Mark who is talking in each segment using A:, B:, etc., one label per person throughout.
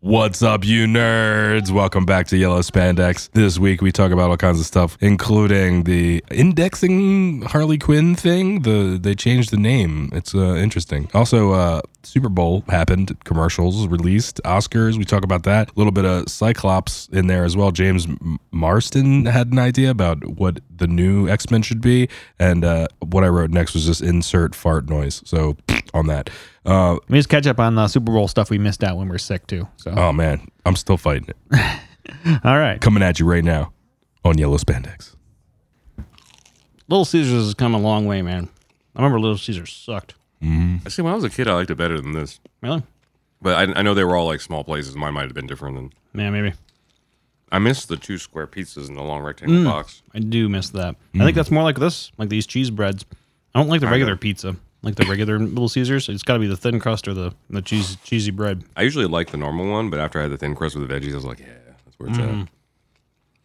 A: What's up, you nerds? Welcome back to Yellow Spandex. This week we talk about all kinds of stuff, including the indexing Harley Quinn thing. The they changed the name. It's uh, interesting. Also, uh, Super Bowl happened, commercials released, Oscars. We talk about that. A little bit of Cyclops in there as well. James M- Marston had an idea about what the new X Men should be, and uh, what I wrote next was just insert fart noise. So on that. Uh,
B: Let me just catch up on the Super Bowl stuff we missed out when we were sick too. So,
A: oh man, I'm still fighting it.
B: all right,
A: coming at you right now on yellow spandex.
B: Little Caesars has come a long way, man. I remember Little Caesars sucked.
C: See, when I was a kid, I liked it better than this.
B: Really?
C: But I, I know they were all like small places. Mine might have been different. Than
B: Yeah, maybe.
C: I missed the two square pizzas in the long rectangle
A: Mm.
C: box.
B: I do miss that. I think that's more like this, like these cheese breads. Hmm. I don't like the regular pizza, like the regular Little Caesars. It's got to be the thin crust or the the cheese cheesy bread.
C: I usually liked the normal one, but after I had the thin crust with the veggies, I was like, yeah, that's where it's
A: Mm.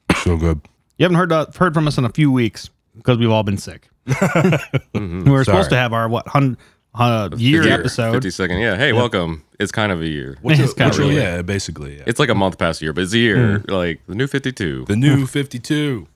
C: at.
A: So good.
B: You haven't heard uh, heard from us in a few weeks because we've all been sick. Mm-hmm. We were supposed to have our what hundred uh, year,
C: Fifty-
B: episode.
C: fifty second. Yeah. Hey, welcome. It's kind of a year.
A: What's
B: It's
A: a-
B: kinda
A: what's a-
B: really-
A: yeah, basically. yeah.
C: It's like a month past year, but it's a year. Like the new fifty two.
A: Mm. the new 52.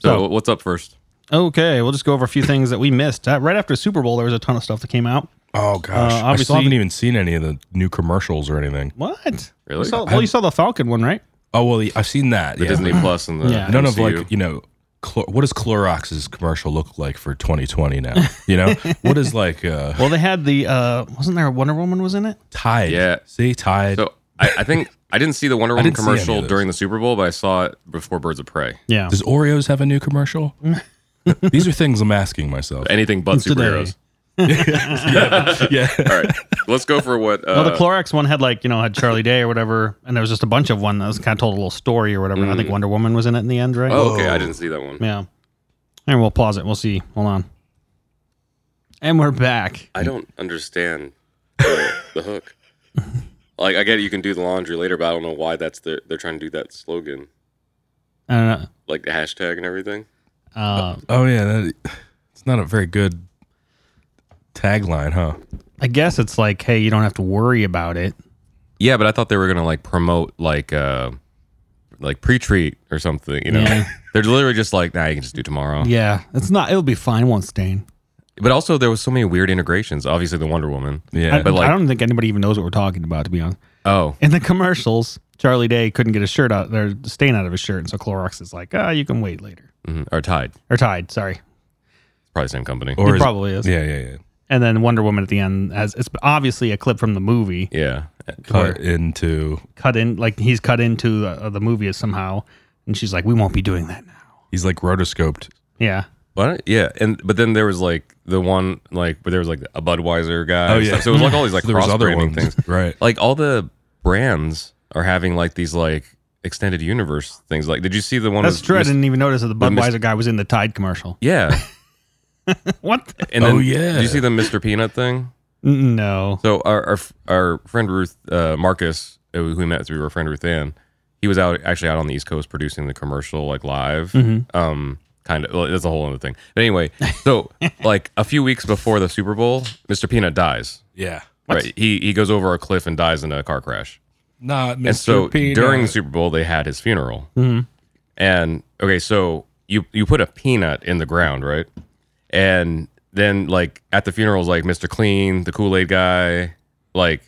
C: So,
B: So-
C: what's up first?
B: Okay, we'll just go over a few things that we missed. Uh, right after Super Bowl, there was a ton of stuff that came out.
A: oh gosh, I
B: obviously-
A: still haven't even seen any of the new commercials or anything.
B: What?
C: Really?
B: You saw, well, you saw the Falcon one, right?
A: Oh well, I've seen that.
C: The
A: yeah.
C: Disney Plus and the
B: Yeah.
A: None of
C: MCU.
A: like you know, Clor- what does Clorox's commercial look like for 2020 now? You know, what is like uh,
B: Well, they had the uh wasn't there a Wonder Woman was in it?
A: Tide?
C: Yeah.
A: see Tide.
C: So I, I think I didn't see the Wonder Woman
A: didn't see any of
C: commercial
A: those.
C: during the Super Bowl, but I saw it before Birds of Prey.
B: Yeah.
A: does Oreos have a new commercial? These are things I'm asking myself.
C: Anything but
B: Today.
C: superheroes.
A: yeah,
C: All right, let's go for what. Uh,
B: Well, the Clorox one had like you know had Charlie Day or whatever, and there was just a bunch of one that was kind of told a little story or whatever. And I think Wonder Woman was in it in the end, right?
C: Mm. oh, okay. I didn't see that one.
B: Yeah. And we'll pause it. We'll see. Hold on. And we're back.
C: I don't understand the, the hook. Like I get it, you can do the laundry later, but I don't know why that's their they're trying to do that slogan,
B: I don't know.
C: like the hashtag and everything.
B: Uh,
A: Oh yeah, that, it's not a very good tagline, huh?
B: I guess it's like, hey, you don't have to worry about it.
C: Yeah, but I thought they were gonna like promote like uh like pre-treat or something. You know,
B: Yeah.
C: they're literally just like, nah, you can just do tomorrow.
B: Yeah, it's not. It'll be fine. Won't stain.
C: But also, there was so many weird integrations. Obviously, the Wonder Woman.
A: Yeah.
B: I,
C: but like,
B: I don't think anybody even knows what we're talking about, to be honest.
C: oh,
B: In the commercials, Charlie Day couldn't get his shirt out, or stain out of his shirt, and so Clorox is like, ah, you can wait later.
C: mhm, or Tide,
B: Or Tide, sorry.
C: it's probably the same company.
A: Or
B: it probably is.
A: Yeah, yeah, yeah.
B: And then Wonder Woman at the end has it's obviously a clip from the movie
C: yeah,
A: Cut into.
B: cut in, like he's cut into uh, the movie somehow, and she's like, we won't be doing that now.
A: He's like rotoscoped.
B: Yeah,
C: What? Yeah, and but then there was like the one like where there was like a Budweiser guy.
A: Oh,
C: and
A: yeah.
C: stuff. so it was like all these like
A: There was
C: cross
A: other
C: branding
A: ones,
C: things,
A: right?
C: Like all the brands are having like these like extended universe things. Like, did you see the one?
B: that's
C: with
B: true. I
C: Miss-
B: didn't even notice that the
C: Miss-
B: Budweiser guy was in the Tide commercial.
C: yeah,
B: What?
C: and
A: Oh,
C: then
A: yeah.
C: did you see the Mr. Peanut thing?
B: No.
C: So our our, f- our friend Ruth uh, Marcus, uh, who we met through our friend Ruth Ann, he was out actually out on the East Coast producing the commercial like live.
A: Mm-hmm.
C: Um, kind of well, that's a whole other thing. But anyway, so like a few weeks before the Super Bowl, Mr. Peanut dies.
A: Yeah.
C: Right. He he goes over a cliff and dies in a car crash.
A: Not Mr.
C: And so
A: Peanut.
C: during the Super Bowl, they had his funeral. Mm-hmm. And okay, so you you put a peanut in the ground, right? And then like at the funerals, like Mr. Clean, the Kool Aid guy, like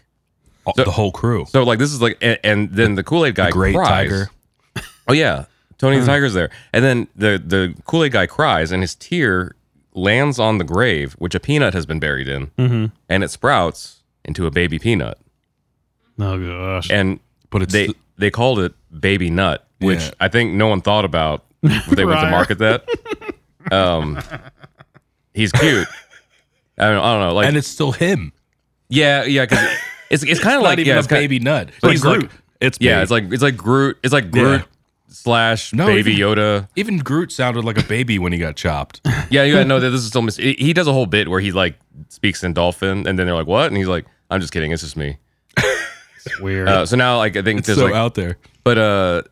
A: Oh, the whole crew.
C: so like this is like and, and then the Kool Aid guy
A: Great
C: cries.
A: tiger. Hmm.
C: Oh yeah, Tony the Tiger's there, and then the the Kool Aid guy cries, and his tear lands on the grave, which a peanut has been buried in,
A: Mm-hmm.
C: and it sprouts into a baby peanut,
B: Oh gosh.
C: and
A: But it's
C: they
A: the-
C: they called it baby nut, which
A: Yeah.
C: I think no one thought about when they went to
B: Right.
C: market that. Um, he's cute. I don't, I don't know, like
A: and it's still him.
C: yeah, yeah, because it's it's kind of
A: Not
C: like
A: even
C: yeah,
A: a
C: it's kinda-
A: baby nut.
C: but
A: Like
C: he's
A: Groot.
C: like-
A: it's
C: Yeah,
A: baby.
C: it's like it's like Groot. It's like Groot
A: Yeah.
C: slash
A: No,
C: Baby
A: it-
C: Yoda.
A: even Groot sounded like a baby when he got chopped.
C: Yeah, you gotta know that this is still. Mis- he he does a whole bit where he like speaks in dolphin, and then they're like, "What?" And he's like, "I'm just kidding. It's just me."
B: It's weird.
C: Uh, so now, like, I think there's
A: so
C: like,
A: out there.
C: but uh,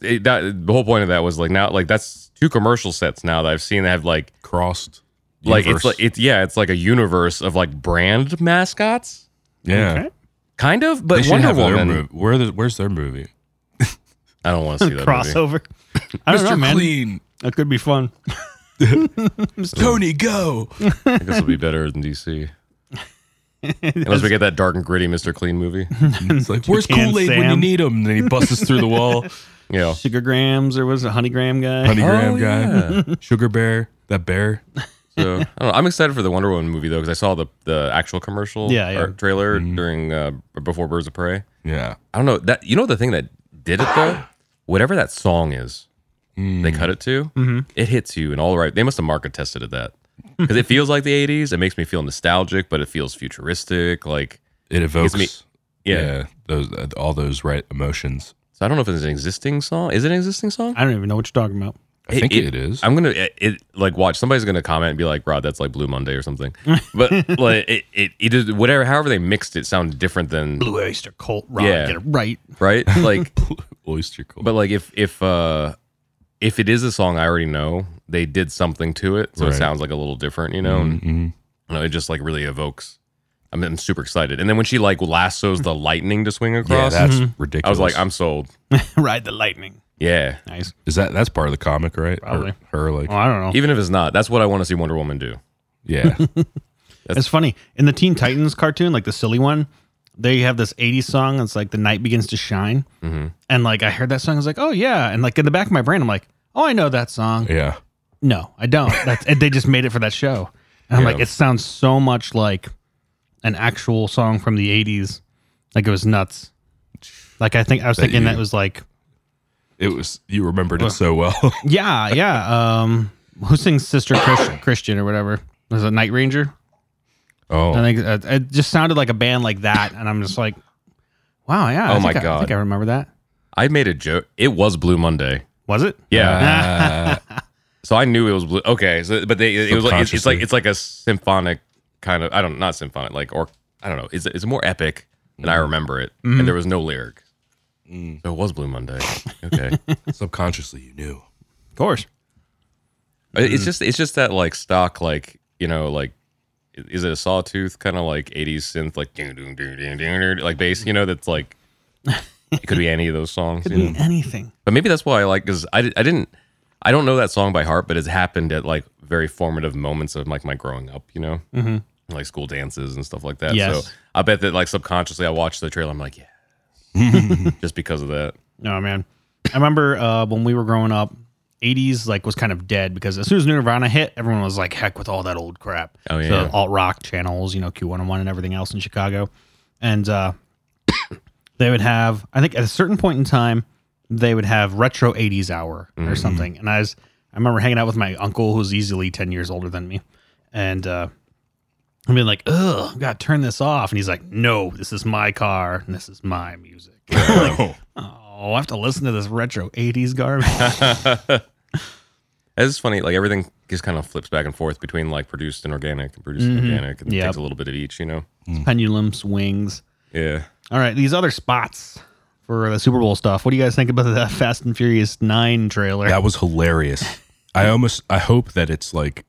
C: it, that the whole point of that was like now, like that's two commercial sets now that I've seen that have like
A: Crossed.
C: like it's like it's yeah, it's like a universe of like brand mascots.
A: yeah.
B: Okay.
C: kind of,
A: They
C: but
A: should
C: Wonder
A: have their
C: Woman.
A: mov- Where the, where's their movie?
C: I don't want to see that movie.
B: crossover. I don't know, man.
A: Clean,
B: That could be fun.
A: Tony, go.
C: I think this will be better than DC. Unless we get that dark and gritty Mr. Clean movie.
A: It's like, where's
B: Toucan
A: Kool Aid when you
B: Sam.
A: need him? And then he busts through the wall.
C: Yeah.
B: Sugar grams or was it honeygram guy?
A: Honey Graham
C: Oh,
A: guy, Sugar Bear, that bear.
C: So I don't know. I'm excited for the Wonder Woman movie though because I saw the the actual commercial
B: Yeah, yeah.
C: or trailer
A: Mm-hmm.
C: during uh, before Birds of Prey.
A: Yeah.
C: I don't know that you know the thing that did it though. Whatever that song is,
A: Mm.
C: they cut it to.
B: Mm-hmm.
C: It hits you and all right. They must have market tested it that because it feels like the 80s. It makes me feel nostalgic, but it feels futuristic. Like
A: It evokes
C: me- yeah.
A: those uh, all those right emotions.
C: So I don't know if it's an existing song. Is it an existing song?
B: I don't even know what you're talking about.
A: I think it is.
C: I'm gonna it, it- like watch somebody's gonna comment and be like, "Rod, that's like Blue Monday or something." But like it, it, it is whatever. However they mixed it, sounded different than
B: Blue Oyster Cult. Rock,
C: Yeah.
B: Get it right.
C: right. Like,
A: Oyster Cult.
C: but like if if uh if it is a song I already know, they did something to it, so
A: Right.
C: it sounds like a little different, you know. And,
A: Mhm.
C: you know, it just like really evokes. I'm, I'm super excited. And then when she like lassos the lightning to swing
A: yeah,
C: across,
A: that's
C: I
A: ridiculous.
C: was like, I'm sold.
B: Ride the lightning.
C: Yeah.
B: Nice.
A: is that that's part of the comic, right? Or
B: Probably. Uh-huh.
A: her like,
B: Well, I don't know.
C: Even if it's not, that's what I want to see Wonder Woman do.
A: yeah,
B: It's funny. In the Teen Titans cartoon, like the silly one, they have this 80s song. It's like The Night Begins to Shine. And like I heard that song. I was like, oh, yeah. And like in the back of my brain, I'm like, oh, I know that song.
A: yeah.
B: No, I don't. That's, and they just made it for that show. And I'm
C: Yeah.
B: like, it sounds so much like an actual song from the 80s. Like it was nuts. Like I think I was
A: That
B: thinking
A: you-
B: that was like,
A: It was you remembered it so well.
B: yeah, yeah. Um, who sings Sister Chris- Christian or whatever? Was it Night Ranger?
A: oh,
B: I think uh, it just sounded like a band like that, and I'm just like, wow, yeah. I
C: Oh
B: think
C: my
B: I- I
C: God.
B: think I remember that.
C: I made a joke. It was Blue Monday.
B: Was it?
C: Yeah.
A: uh,
C: So I knew it was blue. Okay, so but they it was like it's, it's like
A: Subconsciously.
C: it's like a symphonic kind of I don't not symphonic like or I don't know it's it's more epic than
A: Mm-hmm.
C: I remember it and there was no lyric. So it was Blue Monday. Okay, It-
A: Mm. subconsciously you knew.
B: Of course. Mm-hmm.
C: it's just it's just that like stock like you know like i- is it a sawtooth kind of like '80s synth like ding, ding, ding, ding, ding, ding, like bass you know that's like it could be any of those songs. you know?
B: Anything.
C: But maybe that's why I like because I, di- I didn't I don't know that song by heart, but it's happened at like very formative moments of like my growing up, you know, mm-hmm. like school dances and stuff like that.
B: Yes.
C: So I bet that like subconsciously I watched the trailer. I'm like, yeah, just because of that.
B: No, man. I remember uh, when we were growing up, 80s like was kind of dead because as soon as Nirvana hit, everyone was like, heck with all that old crap.
C: Oh, yeah.
B: So alt rock channels, you know, Q101 and everything else in Chicago. And uh, they would have, I think at a certain point in time, they would have retro 80s hour or something. And I was, I remember hanging out with my uncle who's easily 10 years older than me. And, uh, I'm being like, ugh, gotta turn this off. And he's like, no, this is my car and this is my music. I'm like, oh, I have to listen to this retro 80s garbage.
C: It's funny, like everything just kind of flips back and forth between like produced and organic and produced and organic, and it
B: Mm-hmm. Yep.
C: takes a little bit of each, you know.
B: Pendulum swings.
C: Yeah,
B: All right, these other spots for the Super Bowl stuff. What do you guys think about the Fast and Furious 9 trailer?
A: That was hilarious. I almost I hope that it's like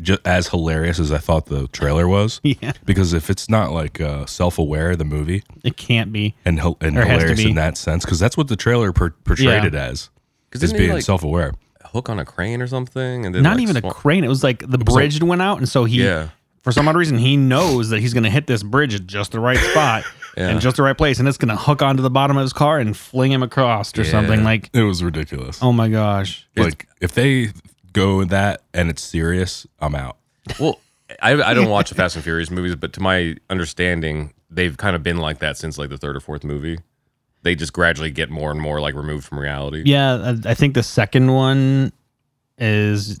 A: just as hilarious as I thought the trailer was.
B: Yeah.
A: Because if it's not like uh, self-aware, the movie
B: It can't be.
A: and hil- and
B: Or has to
A: hilarious
B: be.
A: in that sense, because that's what the trailer per- portrayed
B: Yeah.
A: it as,
C: because
A: is
C: it's
A: being
C: being like,
A: self-aware.
C: hook on a crane or something, and then
B: Not
C: like,
B: even a
C: swan-
B: crane. It was like the bridge went out. And so he,
C: yeah.
B: for some odd reason, he knows that he's going to hit this bridge at just the right spot and just the right place. And it's going to hook onto the bottom of his car and fling him across or something. Like,
A: It was ridiculous.
B: oh my gosh.
A: like if they go with that and it's serious, I'm out.
C: Well, I, I don't watch the Fast and Furious movies, but to my understanding, they've kind of been like that since like the third or fourth movie. They just gradually get more and more like removed from reality.
B: Yeah, I I think the second one is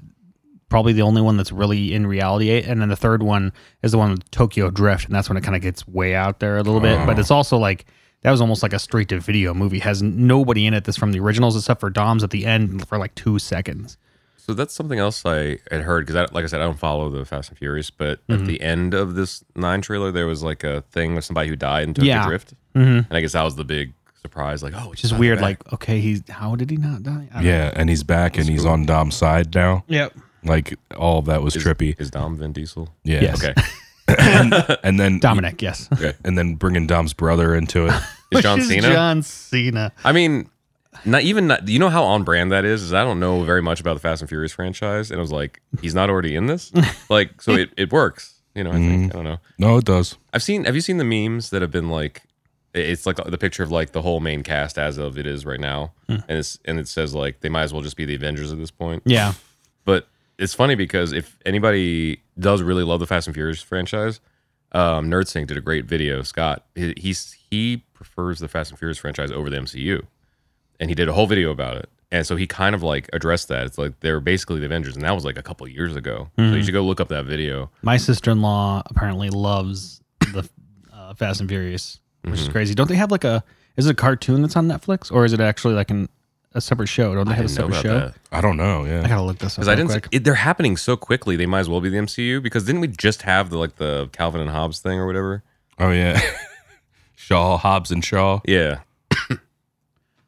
B: probably the only one that's really in reality, and then the third one is the one with Tokyo Drift, and that's when it kind of gets way out there a little bit. But it's
C: Oh.
B: also like that was almost like a straight to video movie. Has nobody in it that's from the originals except for Dom's at the end for like two seconds.
C: So that's something else I had heard because, like I said, I don't follow the Fast and Furious, but
B: Mm-hmm.
C: at the end of this nine trailer, there was like a thing with somebody who died in Tokyo
B: Yeah.
C: Drift,
B: Mm-hmm.
C: and I guess that was the big surprise. Like, oh, it's
B: Which is weird. Like, okay, he's how did he not die? I don't know.
A: Yeah, and he's back and he's on Dom's side now.
B: Yep.
A: Like all of that was trippy.
C: is Dom Vin Diesel?
A: Yeah.
B: Yes.
C: Okay,
A: and, and then
B: Dominic, yes.
A: and then bringing Dom's brother into it.
C: Is John
B: Which is
C: Cena?
B: John Cena.
C: I mean, not even not, you know how on brand that is. Is I don't know very much about the Fast and Furious franchise, and I was like, he's not already in this. Like, so it, it works. You know, I
B: Mm-hmm.
C: think I don't know.
A: No, it does.
C: I've seen. Have you seen the memes that have been like? It's like the picture of like the whole main cast as of it is right now,
B: Hmm.
C: and it's and it says like they might as well just be the Avengers at this point.
B: Yeah.
C: But it's funny because if anybody does really love the Fast and Furious franchise, um, NerdSync did a great video. Scott, he, he's he prefers the Fast and Furious franchise over the MCU, and he did a whole video about it. And so he kind of like addressed that. It's like they're basically the Avengers, and that was like a couple years ago. So
B: Hmm.
C: you should go look up that video.
B: My sister in law apparently loves the uh, Fast and Furious, which
C: Mm-hmm.
B: is crazy. Don't they have like a? Is it a cartoon that's on Netflix, or is it actually like an a separate show? Don't they have a
C: didn't know
B: separate
C: about
B: show?
C: that.
A: I don't know.
B: I
A: Yeah.
B: gotta look this up.
C: Because I
B: real
C: didn't.
B: quick.
C: It, they're happening so quickly. They might as well be the MCU. Because didn't we just have the like the Calvin and Hobbes thing or whatever?
A: Oh yeah. Shaw, Hobbs, and Shaw.
C: Yeah.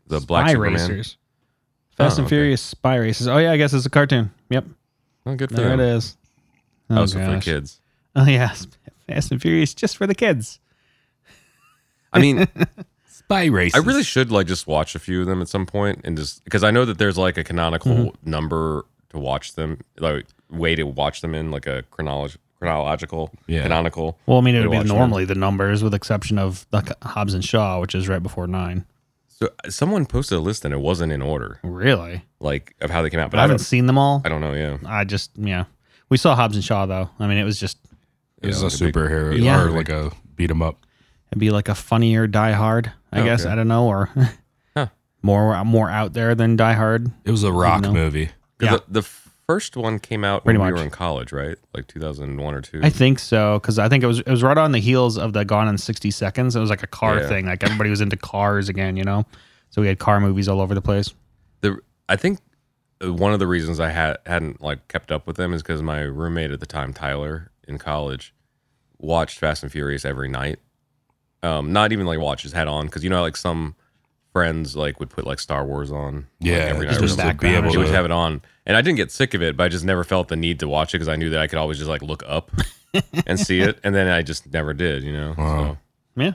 C: the Black
B: Spy
C: Superman.
B: Racers. Fast
C: Oh,
B: and
C: okay.
B: Furious Spy Racers. Oh yeah, I guess it's a cartoon. Yep,
C: Oh, good for
B: there
C: them.
B: it is. Oh,
C: Also for
B: gosh.
C: kids.
B: Oh yeah, Fast and Furious just for the kids.
C: I mean,
A: Spy race.
C: I really should like just watch a few of them at some point and just because I know that there's like a canonical
B: Mm-hmm.
C: number to watch them, like way to watch them in, like a chronolog- chronological,
A: Yeah.
C: canonical.
B: Well, I mean, it
C: way to
B: would be
C: watch them.
B: normally the numbers, with exception of like Hobbs and Shaw, which is right before nine.
C: So someone posted a list and it wasn't in order,
B: Really,
C: like of how they came out. But
B: I
C: I,
B: haven't
C: don't,
B: seen them all.
C: I don't know. Yeah.
B: I just yeah. We saw Hobbs and Shaw though. I mean, it was just
A: is a
C: Yeah, like a big-
A: superhero
B: Yeah.
A: or like a beat 'em up.
B: it'd be like a funnier Die Hard, I
C: Oh, Okay.
B: guess. I don't know, or
C: Huh.
B: more more out there than Die Hard.
A: It was a rock
B: No.
A: movie.
C: 'Cause
B: Yeah.
C: The, the first one came out
B: Pretty
C: when
B: much.
C: we were in college, right? Like 2001 or two.
B: I think so because I think it was it was right on the heels of the Gone in sixty seconds. It was like a car
C: Yeah.
B: thing. Like everybody was into cars again, you know. So we had car movies all over the place.
C: the I think uh, one of the reasons I had hadn't like kept up with them is because my roommate at the time, Tyler, in college, watched Fast and Furious every night. Um, not even like watch his head on because you know like some friends like would put like Star Wars on like,
A: Yeah,
C: every night
A: just,
C: or
B: just
C: something.
A: to be
B: background.
A: able
C: He would
A: to
C: have it on, and I didn't get sick of it, but I just never felt the need to watch it because I knew that I could always just like look up and see it, and then I just never did, you know.
A: Wow.
B: Yeah,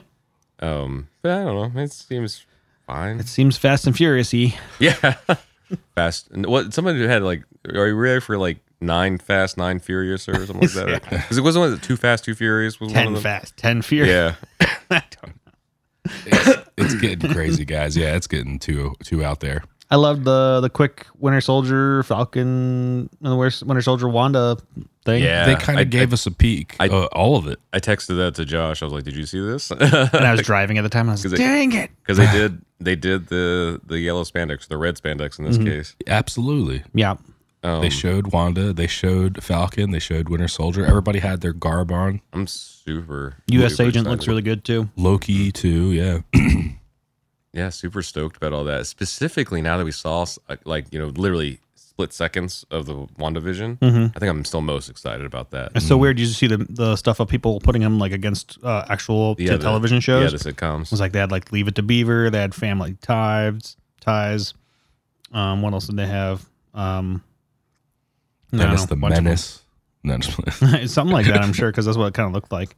C: So, um, but I don't know. It seems fine.
B: it seems Fast and Furious. y.
C: Yeah. fast. and What somebody had like are you ready for like nine fast, nine furious or something like that? Because it wasn't one of the two fast, two furious was one
B: ten
C: of them.
B: Fast, ten Furious.
C: Yeah.
A: it's getting crazy, guys. Yeah, it's getting too too out there.
B: I loved the the quick Winter Soldier Falcon and the Winter Winter Soldier Wanda thing.
C: Yeah.
A: they kind
C: I-
A: of gave us a peek.
C: I-
A: uh, all of it.
C: I texted that to Josh. I was like, Did you see this?
B: And I
C: Because
B: was driving at the time. And I was
C: 'Cause
B: like,
C: it-
B: dang it.
C: they did they did the the yellow spandex, the red spandex in this
B: Mm-hmm.
C: case.
A: Absolutely.
B: Yeah.
C: Um,
A: They showed Wanda. They showed Falcon. They showed Winter Soldier. Everybody had their garb on.
C: I'm super
B: U.S.
C: super
B: agent looks
C: excited.
B: really good too.
A: Loki too. Yeah.
C: Yeah, super stoked about all that. Specifically, now that we saw uh, like you know literally split seconds of the WandaVision, I think I'm still most excited about that.
B: It's so weird. You just see the, the stuff of people putting them like against uh, actual t-
C: the-
B: television shows.
C: Yeah, the sitcoms.
B: It was like they had like Leave It to Beaver. They had Family Ties. Ties. Um, what else did they have? Um, I don't
A: Dennis
B: know,
A: the
B: bunch of
A: Menace. No, I'm just playing.
B: them. Something like that, I'm sure, because that's what it kind of looked like.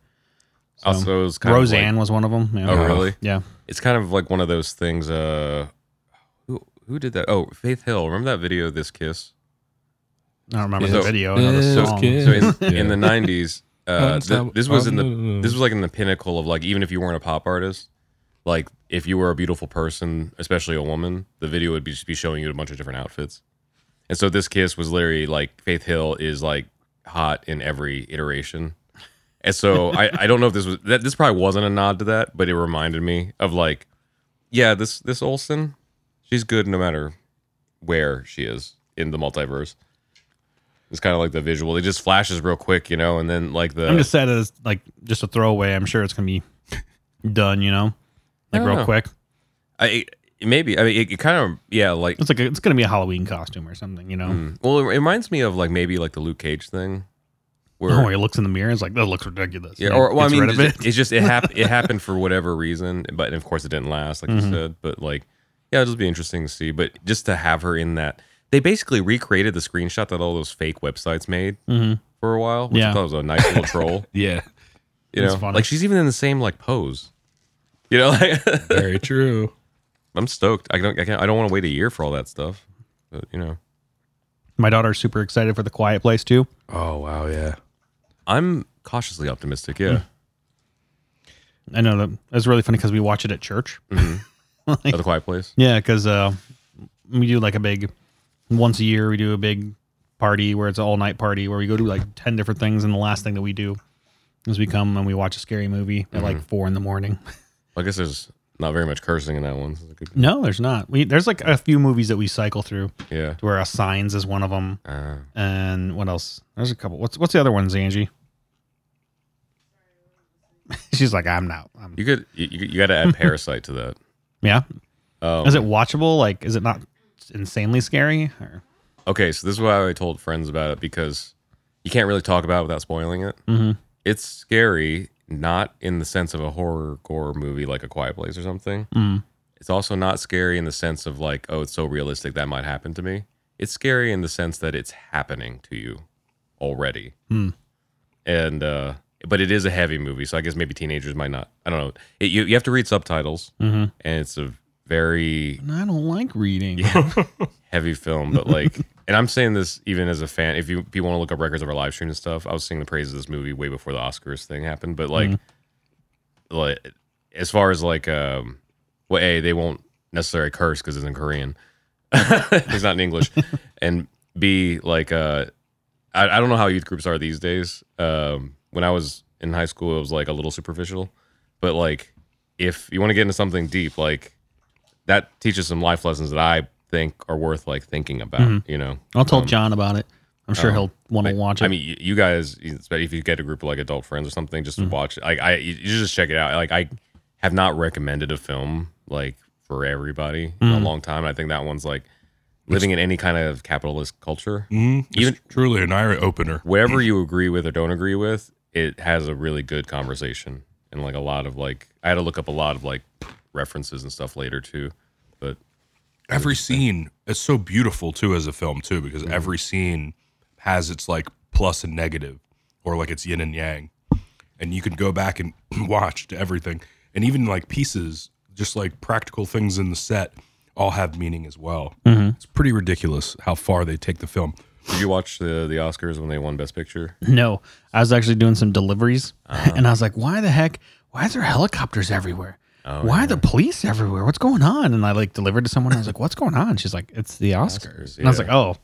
B: So,
C: Also, it was kind
B: Roseanne
C: Of
B: was one of them. Yeah.
C: like, oh, really?
B: Yeah.
C: It's kind of like one of those things. Uh, who who did that? Oh, Faith Hill. Remember that video? This kiss.
B: I don't remember
C: So-
B: the video. I know the
A: This
B: song.
A: kid.
C: So in,
A: Yeah.
C: in the nineties, uh,
A: Unstop-
C: th- this was in the
A: un-
C: this was like in the pinnacle of like even if you weren't a pop artist, like if you were a beautiful person, especially a woman, the video would be just be showing you a bunch of different outfits. And so this kiss was literally like Faith Hill is like hot in every iteration. And so I, I don't know if this was that this probably wasn't a nod to that, but it reminded me of like, yeah, this this Olsen, she's good no matter where she is in the multiverse. It's kind of like the visual. It just flashes real quick, you know, and then like the
B: I'm just sad that it's like just a throwaway. I'm sure it's gonna be done, you know,
C: I
B: like
C: don't
B: real
C: know.
B: quick.
C: I it- maybe I mean it, it kind of yeah like
B: It's like a, it's gonna be a Halloween costume or something, you know.
C: mm. well it reminds me of like maybe like the Luke Cage thing where
B: Oh, he looks in the mirror. and It's like that looks ridiculous.
C: yeah
B: And
C: or well, I
B: gets
C: mean
B: rid of
C: just-
B: it.
C: it's just it happened it happened for whatever reason but and of course it didn't last like
B: Mhm.
C: you said but like yeah it'll be interesting to see but just to have her in that they basically recreated the screenshot that all those fake websites made
B: Mhm.
C: for a while, which
B: Yeah.
C: I thought was a nice little troll.
A: Yeah,
C: You
B: That's
C: know,
B: funny.
C: like she's even in the same like pose. You know, like,
A: very true.
C: I'm stoked. I don't. I, can't, I don't want to wait a year for all that stuff. But you know,
B: My daughter's super excited for the Quiet Place too.
A: Oh wow, yeah.
C: I'm cautiously optimistic. Yeah,
B: I know that that's really funny because we watch it at church.
C: Mm.
B: Mm.
C: Of the Quiet Place.
B: Yeah, because uh, we do like a big once a year we do a big party where it's an all night party where we go do like ten different things, and the last thing that we do is we come and we watch a scary movie at
C: Mm-hmm.
B: like four in the morning.
C: I guess there's not very much cursing in that one. so it's a good-
B: No, there's not. We there's like a few movies that we cycle through.
C: Yeah.
B: Where uh, Signs is one of them,
C: Uh,
B: and what else? There's a couple. What's what's the other ones, Angie? She's like, I'm not. I'm,
C: you could. You, you got to add Parasite to that.
B: yeah.
C: Oh,
B: Is it watchable? Like, is it not insanely scary? Or,
C: okay. So this is why I told friends about it because you can't really talk about it without spoiling it.
B: Mhm.
C: It's scary, not in the sense of a horror gore movie like A Quiet Place or something.
B: Mm.
C: It's also not scary in the sense of like, oh, it's so realistic that might happen to me. It's scary in the sense that it's happening to you already.
B: Hmm.
C: And uh but it is a heavy movie, so I guess maybe teenagers might not. I don't know. It, you you have to read subtitles,
B: Mhm.
C: and it's a very
B: I don't like reading.
C: heavy film, but like, and I'm saying this even as a fan. If you if you want to look up records of our live stream and stuff, I was singing the praises of this movie way before the Oscars thing happened. But like, like as far as like, um, well, a they won't necessarily curse because it's in Korean. it's not in English, and b like, uh, I, I don't know how youth groups are these days. Um, when I was in high school, it was like a little superficial, but like, if you want to get into something deep, like that teaches some life lessons that I think are worth like thinking about. You know,
B: I'll tell John about it. I'm sure he'll want to Mm-hmm. watch it.
C: Um, I mean, you, you guys, if you get a group of like adult friends or something,
B: Mm-hmm.
C: just watch. Like, I you you just check it out. Like, I have not recommended a film like for everybody in a
B: Mm.
C: long time. I think that one's like living in any kind of capitalist culture,
A: Mm, it's
C: Even-
A: truly an eye opener.
C: whatever
B: Mm-hmm.
C: you agree with or don't agree with, it has a really good conversation and like a lot of like. I had to look up a lot of like references and stuff later too, but
A: Every scene is so beautiful too as a film too because
C: Mm-hmm.
A: every scene has its like plus and negative or like its yin and yang, and you can go back and watch to everything and even like pieces, just like practical things in the set, all have meaning as well.
C: Mm-hmm.
A: It's pretty ridiculous how far they take the film.
C: Did you watch the the Oscars when they won Best Picture?
B: no, I was actually doing some deliveries,
C: Uh-huh.
B: and I was like, "Why the heck? Why is there helicopters everywhere?
C: Oh,
B: Why are the police everywhere? What's going on?" And I like delivered to someone. And I was like, "What's going on?" She's like, "It's the Oscars." And I was
C: yeah.
B: like, "Oh,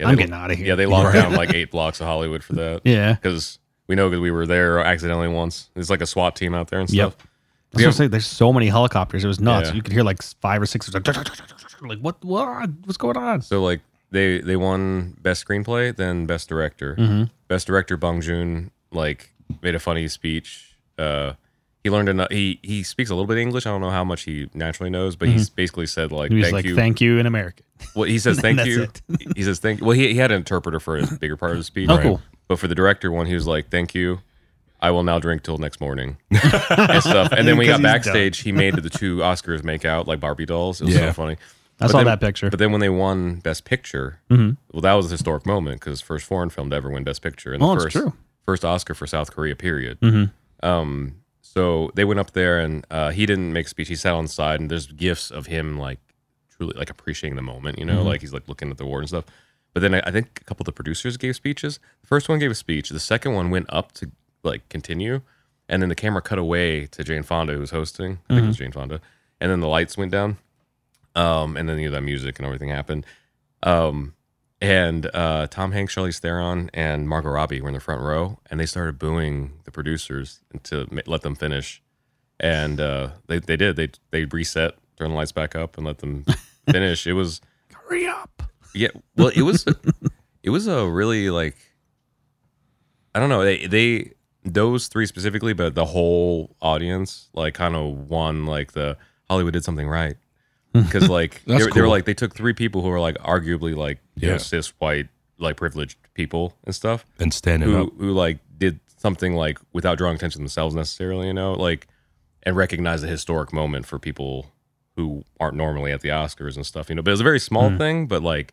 C: Yeah,
B: I'm
C: they-
B: getting out of here."
C: Yeah, they locked down like eight blocks of Hollywood for that.
B: Yeah.
C: because we know because we were there accidentally once. There's like a SWAT team out there and
B: Yep.
C: stuff.
B: I was gonna say there's so many helicopters. It was nuts.
C: Yeah.
B: You could hear like five or six. Like, like what? What? What's going on?
C: So like they they won best screenplay, then best director.
B: Mm-hmm. Mm.
C: Best director Bong Joon like made a funny speech. Uh, he learned enough. He he speaks a little bit of English. I don't know how much he naturally knows, but he's basically said
B: Mm-hmm.
C: like
B: He was
C: thank
B: like,
C: you.
B: "Thank you in America."
C: Well, he says thank
B: that's
C: you.
B: it.
C: he says thank you. Well, he, he had an interpreter for his bigger part of the speech.
B: Oh, cool.
C: But for the director one, he was like, thank you. I will now drink till next morning and stuff. And then when he
B: 'Cause
C: got
B: he's
C: backstage, he made the two Oscars make out like Barbie dolls. It was
A: Yeah.
C: so funny.
B: I
C: But
B: saw
C: then-
B: that picture.
C: But then when they won Best Picture,
B: Mm-hmm.
C: well, that was a historic moment because first foreign film to ever win Best Picture and
B: Oh,
C: the
B: it's
C: first
B: true.
C: first Oscar for South Korea. Period.
B: Mm-hmm.
C: Um, so they went up there and uh, he didn't make a speech. He sat on the side and there's gifs of him like truly like appreciating the moment. You know, like he's like looking at the award and stuff. But then I, I think a couple of the producers gave speeches. The first one gave a speech. The second one went up to like continue, and then the camera cut away to Jane Fonda who was hosting. I think it was Jane Fonda. And then the lights went down um, and then you know that music and everything happened. Um, and uh, Tom Hanks, Charlize Theron, and Margot Robbie were in the front row, and they started booing the producers to ma- let them finish. And uh, they they did they they reset, turned the lights back up, and let them finish. it was
B: Hurry up!
C: yeah, well, it was it was a really like I don't know they they those three specifically, but the whole audience like kind of won like the Hollywood did something right because like they,
A: That's
C: were- they were
A: cool.
C: like they took three people who were like arguably like you know,
A: Yeah.
C: cis white like privileged people and stuff
A: And standing
C: who
A: up,
C: who like did something like without drawing attention to themselves necessarily, you know, like and recognize the historic moment for people who aren't normally at the Oscars and stuff, you know. But it was a very small thing, but like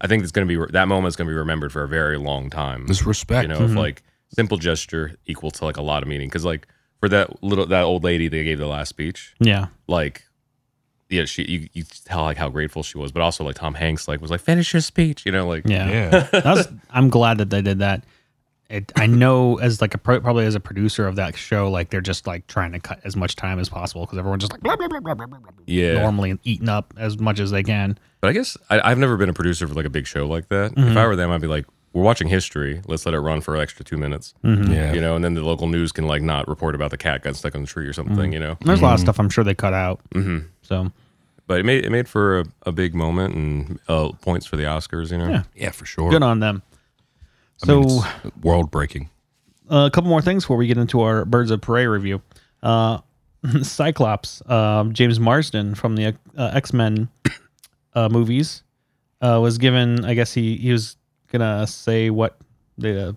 C: I think it's going to be that moment's going to be remembered for a very long time.
A: This respect.
C: you know, if like simple gesture equal to like a lot of meaning, because like for that little that old lady they gave the last speech,
B: Yeah.
C: like yeah, she you, you tell like how grateful she was, but also like Tom Hanks like was like finish your speech, you know, like
B: Yeah.
A: yeah.
B: That's, I'm glad that they did that. It, I know as like a pro, probably as a producer of that show, like they're just like trying to cut as much time as possible because everyone's just like blah, blah, blah, blah, blah, blah, blah,
C: yeah.
B: normally eating up as much as they can.
C: But I guess I, I've never been a producer for like a big show like that.
B: Mm-hmm.
C: If I were them, I'd be like, we're watching history. Let's let it run for an extra two minutes,
B: Mm-hmm.
A: Yeah.
C: Mm-hmm. you know, and then the local news can like not report about the cat got stuck on the tree or something,
B: Mm-hmm.
C: you know.
B: There's a lot of stuff I'm sure they cut out. Mm-hmm. So
C: But it made it made for a, a big moment and uh, points for the Oscars, you know.
B: Yeah.
A: Yeah, for sure.
B: good on them.
A: I
B: So
A: mean, it's world breaking.
B: uh, a couple more things before we get into our Birds of Prey review. Uh, Cyclops, um, James Marsden from the uh, X Men uh, movies, uh, was given. I guess he he was gonna say what they uh,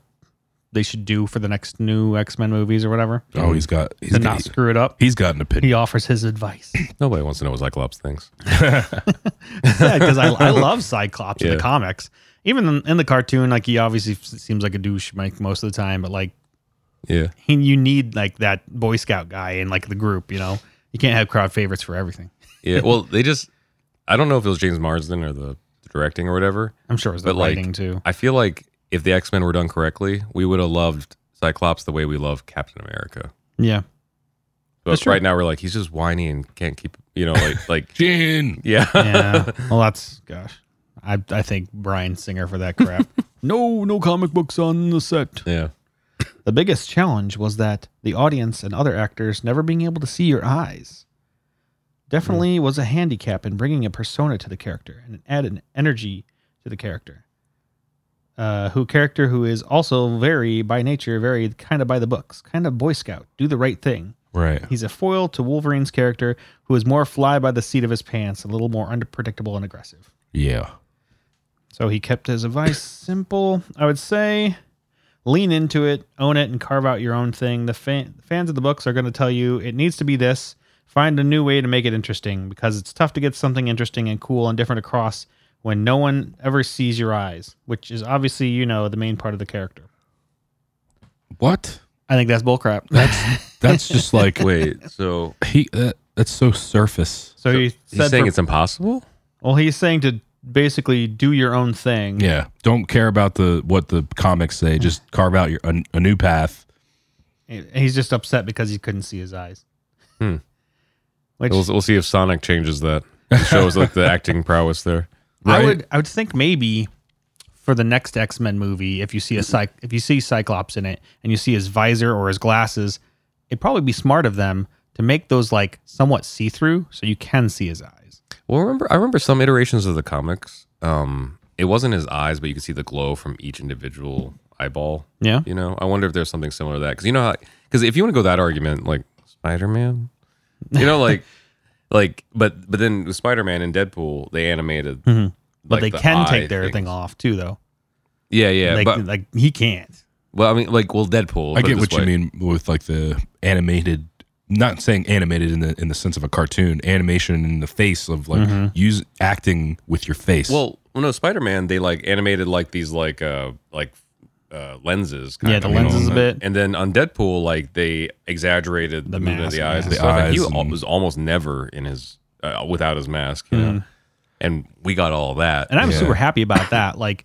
B: they should do for the next new X Men movies or whatever
A: Oh,
C: Mm-hmm.
A: he's got he's
B: to not
A: got,
B: screw it up.
A: he's got an opinion.
B: He offers his advice
C: Nobody wants to know what Cyclops thinks.
B: because I, I love Cyclops in
C: Yeah.
B: the comics. Even in, in the cartoon, like he obviously f- seems like a douche like most of the time, but like
C: Yeah.
B: he, you need like that Boy Scout guy in like the group, you know. You can't have crowd favorites for everything.
C: Yeah. Well, they just I don't know if it was James Marsden or the, the directing or whatever.
B: I'm sure it was the
C: But, like,
B: writing too.
C: I feel like if the X Men were done correctly, we would have loved Cyclops the way we love Captain America.
B: Yeah.
C: But
B: That's true.
C: right now we're like he's just whiny and can't keep you know like like
A: Gene.
C: yeah
B: Yeah. well, that's gosh. I I thank Brian Singer for that crap. no, no comic books on the set.
C: yeah
B: The biggest challenge was that the audience and other actors never being able to see your eyes. Definitely was a handicap in bringing a persona to the character and add an energy to the character. Uh, who character who is also very by nature very kind of by the books, kind of Boy Scout, do the right thing.
A: Right.
B: He's a foil to Wolverine's character, who is more fly by the seat of his pants, a little more unpredictable and aggressive.
A: Yeah.
B: So he kept his advice simple. I would say lean into it, own it, and carve out your own thing. The fan, fans of the books are going to tell you it needs to be this. Find a new way to make it interesting because it's tough to get something interesting and cool and different across when no one ever sees your eyes, which is obviously, you know, the main part of the character.
A: What?
B: I think that's bullcrap.
A: That's that's just like
C: wait so
A: he. That, that's so surface.
B: so he
C: he's
B: said,
C: saying
B: for-
C: it's impossible
B: well, he's saying to basically do your own thing.
A: Yeah. Don't care about the what the comics say. Just carve out your a, a new path.
B: And He's just upset because he couldn't see his eyes.
C: Hmm.
B: Which
C: we'll, we'll see if Sonic changes that it shows like the acting prowess there
A: Right?
B: I would I would think maybe for the next X Men movie, if you see a psych, if you see Cyclops in it and you see his visor or his glasses, it'd probably be smart of them to make those like somewhat see through so you can see his eyes.
C: well remember I remember some iterations of the comics um it wasn't his eyes but you could see the glow from each individual eyeball
B: Yeah.
C: you know I wonder if there's something similar to that because you know because if you want to go that argument like Spider Man you know like like but but then with Spider Man and Deadpool they animated
B: But
C: like,
B: they
C: the
B: can
C: eye
B: take their
C: things.
B: thing off too, though.
C: yeah yeah
B: like,
C: but
B: like he can't.
C: Well, I mean, like, well, Deadpool.
A: I
C: put it
A: get
C: this
A: what
C: way.
A: you mean with like the animated. Not saying animated in the in the sense of a cartoon, animation in the face of like
B: Mm-hmm.
A: use acting with your face.
C: Well, well, no, Spider Man. They like animated like these like uh like uh lenses. Kind
B: Yeah, the lenses a bit.
C: And then on Deadpool, like they exaggerated the, movement of
B: mask,
C: the eyes.
B: yeah.
C: And
A: The
C: stuff. Like, he
A: eyes
C: al-
A: and-
C: was almost never in his uh, without his mask. You know? And we got all that.
B: Mm. and I'm
A: Yeah.
B: super happy about that. Like,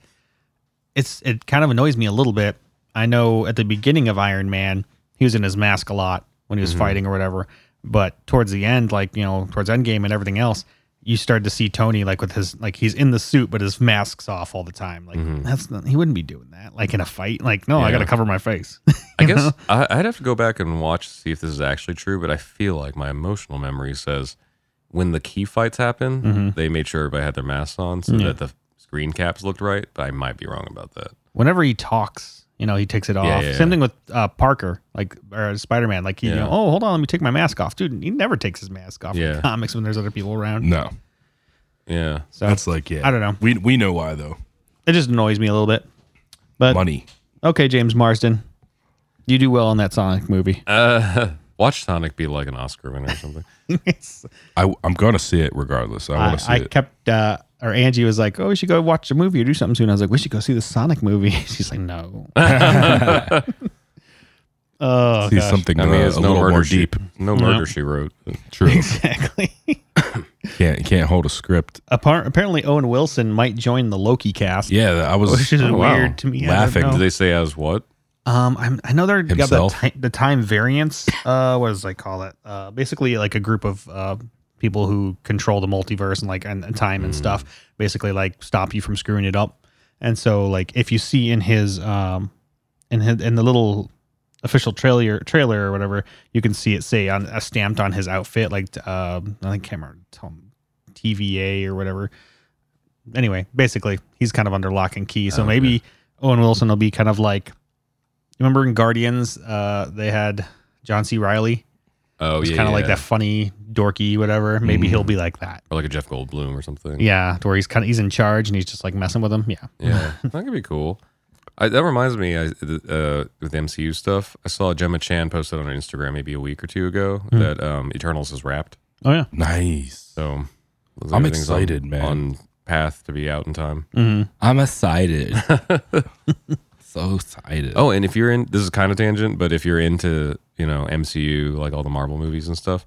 B: it's it kind of annoys me a little bit. I know at the beginning of Iron Man, he was in his mask a lot when he was fighting or whatever. But towards the end, like you know, towards Endgame and everything else, you start to see Tony like with his like he's in the suit, but his mask's off all the time. Like that's not, he wouldn't be doing that. Like in a fight, like no, I
C: Yeah.
B: got to cover my face.
C: I guess I, I'd have to go back and watch to see if this is actually true, but I feel like my emotional memory says when the key fights happen,
B: Mm-hmm.
C: they made sure everybody had their masks on so that the screen caps looked right. But I might be wrong about that.
B: whenever he talks, you know, he takes it off.
C: yeah,
B: Same
C: yeah.
B: thing with uh, Parker, like or Spider Man. Like, he, you
C: Yeah.
B: know, oh, hold on, let me take my mask off, dude. He never takes his mask off in
C: Yeah.
B: the comics when there's other people around.
A: no,
C: Yeah.
B: So
A: that's like yeah.
B: I don't know.
A: We we know why though.
B: It just annoys me a little bit. But
A: Money.
B: okay, James Marsden, you do well in that Sonic movie.
C: Uh, Watch Sonic be like an Oscar winner or something.
B: It's-
A: I, I'm gonna see it regardless. I
B: I,
A: want to see
B: I
A: it.
B: kept, uh, or Angie was like, oh, we should go watch a movie or do something soon. I was like, we should go see the Sonic movie. She's like, no. oh,
A: see
B: gosh.
A: something
C: I mean,
A: uh,
C: it's
A: a
C: no
A: little
C: murder
A: more
C: she,
A: deep.
C: No murder she wrote.
A: True.
B: Exactly.
A: can't can't hold a script.
B: Appar- Apparently, Owen Wilson might join the Loki cast,
A: Yeah, I was
B: which is
A: oh, wow.
B: weird to me. I don't
A: Laughing.
B: know.
C: Did they say as what?
B: Um, I'm, I know they're got the,
A: Himself?
B: ti- the time variance. Uh, what does they call it? Uh, basically like a group of uh people who control the multiverse and like and, and time
A: Hmm.
B: and stuff. Basically, like stop you from screwing it up. And so, like if you see in his um, in his, in the little official trailer trailer or whatever, you can see it say on uh, stamped on his outfit like t- um, I think camera TVA or whatever. Anyway, basically, he's kind of under lock and key. So
C: Oh, Okay.
B: maybe Owen Wilson will be kind of like remember in Guardians, uh, they had John C. Riley.
C: Oh,
B: It's
C: yeah.
B: kind of like
C: yeah. Mm-hmm.
B: that funny, dorky, whatever. Maybe he'll be like that.
C: Or like a Jeff Goldblum or something.
B: Yeah, to where he's kind of he's in charge and he's just like messing with him. Yeah.
C: Yeah, that could be cool. I, that reminds me, I, uh, with MCU stuff, I saw Gemma Chan posted on her Instagram maybe a week or two ago
B: Hmm.
C: that um, Eternals is wrapped.
B: Oh yeah.
A: Nice.
C: So looks like
A: I'm
C: everything's on-
A: excited, man.
C: On path to be out in time.
B: Mm-hmm.
A: I'm excited. so excited.
C: Oh, and if you're in, this is kind of tangent, but if you're into you know MCU, like all the Marvel movies and stuff,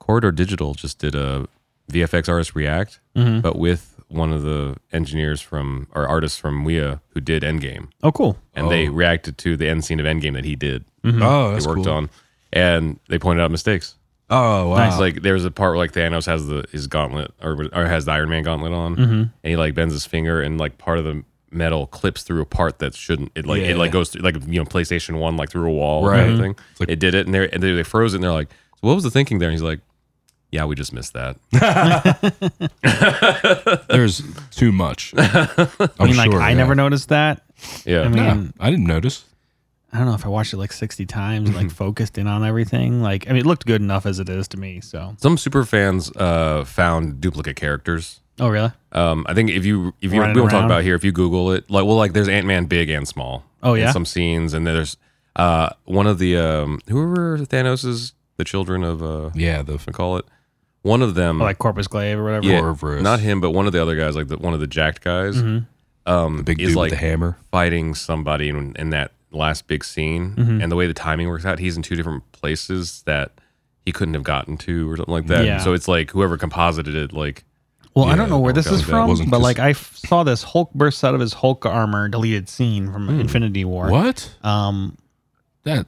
C: Corridor Digital just did a VFX artist react,
A: Mm-hmm.
C: but with one of the engineers from or artists from Wea who did Endgame,
B: Oh cool.
C: and they reacted to the end scene of Endgame that he did.
A: oh, that's
C: they worked
A: cool.
C: on, and they pointed out mistakes.
A: Oh, wow.
C: It's like there's a part where like Thanos has the his gauntlet or, or has the Iron Man gauntlet on,
B: Mm-hmm.
C: and he like bends his finger and like part of the metal clips through a part that shouldn't. It like
A: Yeah.
C: it like goes through like you know PlayStation One like through a wall or
A: Right.
C: something.
B: Mm-hmm.
A: like-
C: it did it, and they and they, they froze it. and They're like, so what was the thinking there? And he's like, yeah, we just missed that.
A: There's too much. i
B: I mean, like I never noticed that.
C: Yeah,
B: I mean,
A: I didn't notice.
B: I don't know if I watched it like sixty times, and, like
A: Mm-hmm.
B: focused in on everything. Like, I mean, it looked good enough as it is to me. So.
C: some super fans uh, found duplicate characters.
B: Oh really?
C: Um, I think if you if you
B: Running
C: we won't talk
B: around.
C: about it here if you Google it like well like there's Ant Man big and small.
B: Oh,
C: in
B: yeah?
C: some scenes and there's uh one of the um who were Thanos's the children of uh
A: Yeah, the
C: I call it one of them
B: Or, like Corpus Glaive or whatever.
C: yeah,
A: Corvus.
C: not him but one of the other guys like the one of the jacked guys
B: Mm-hmm.
C: um
A: big
C: is
A: dude
C: like
A: with Mm-hmm. the hammer.
C: fighting somebody in, in that last big scene
A: Mm-hmm.
C: and the way the timing works out he's in two different places that he couldn't have gotten to or something like that
B: Yeah.
C: so it's like whoever composited it like
B: Well, I
A: Yeah,
B: don't know where this
A: okay.
B: is
A: That
B: from,
A: wasn't
B: but
A: just-
B: like I f- saw this Hulk burst out of his Hulk armor deleted scene from Infinity War.
A: Hmm. What?
B: Um,
A: That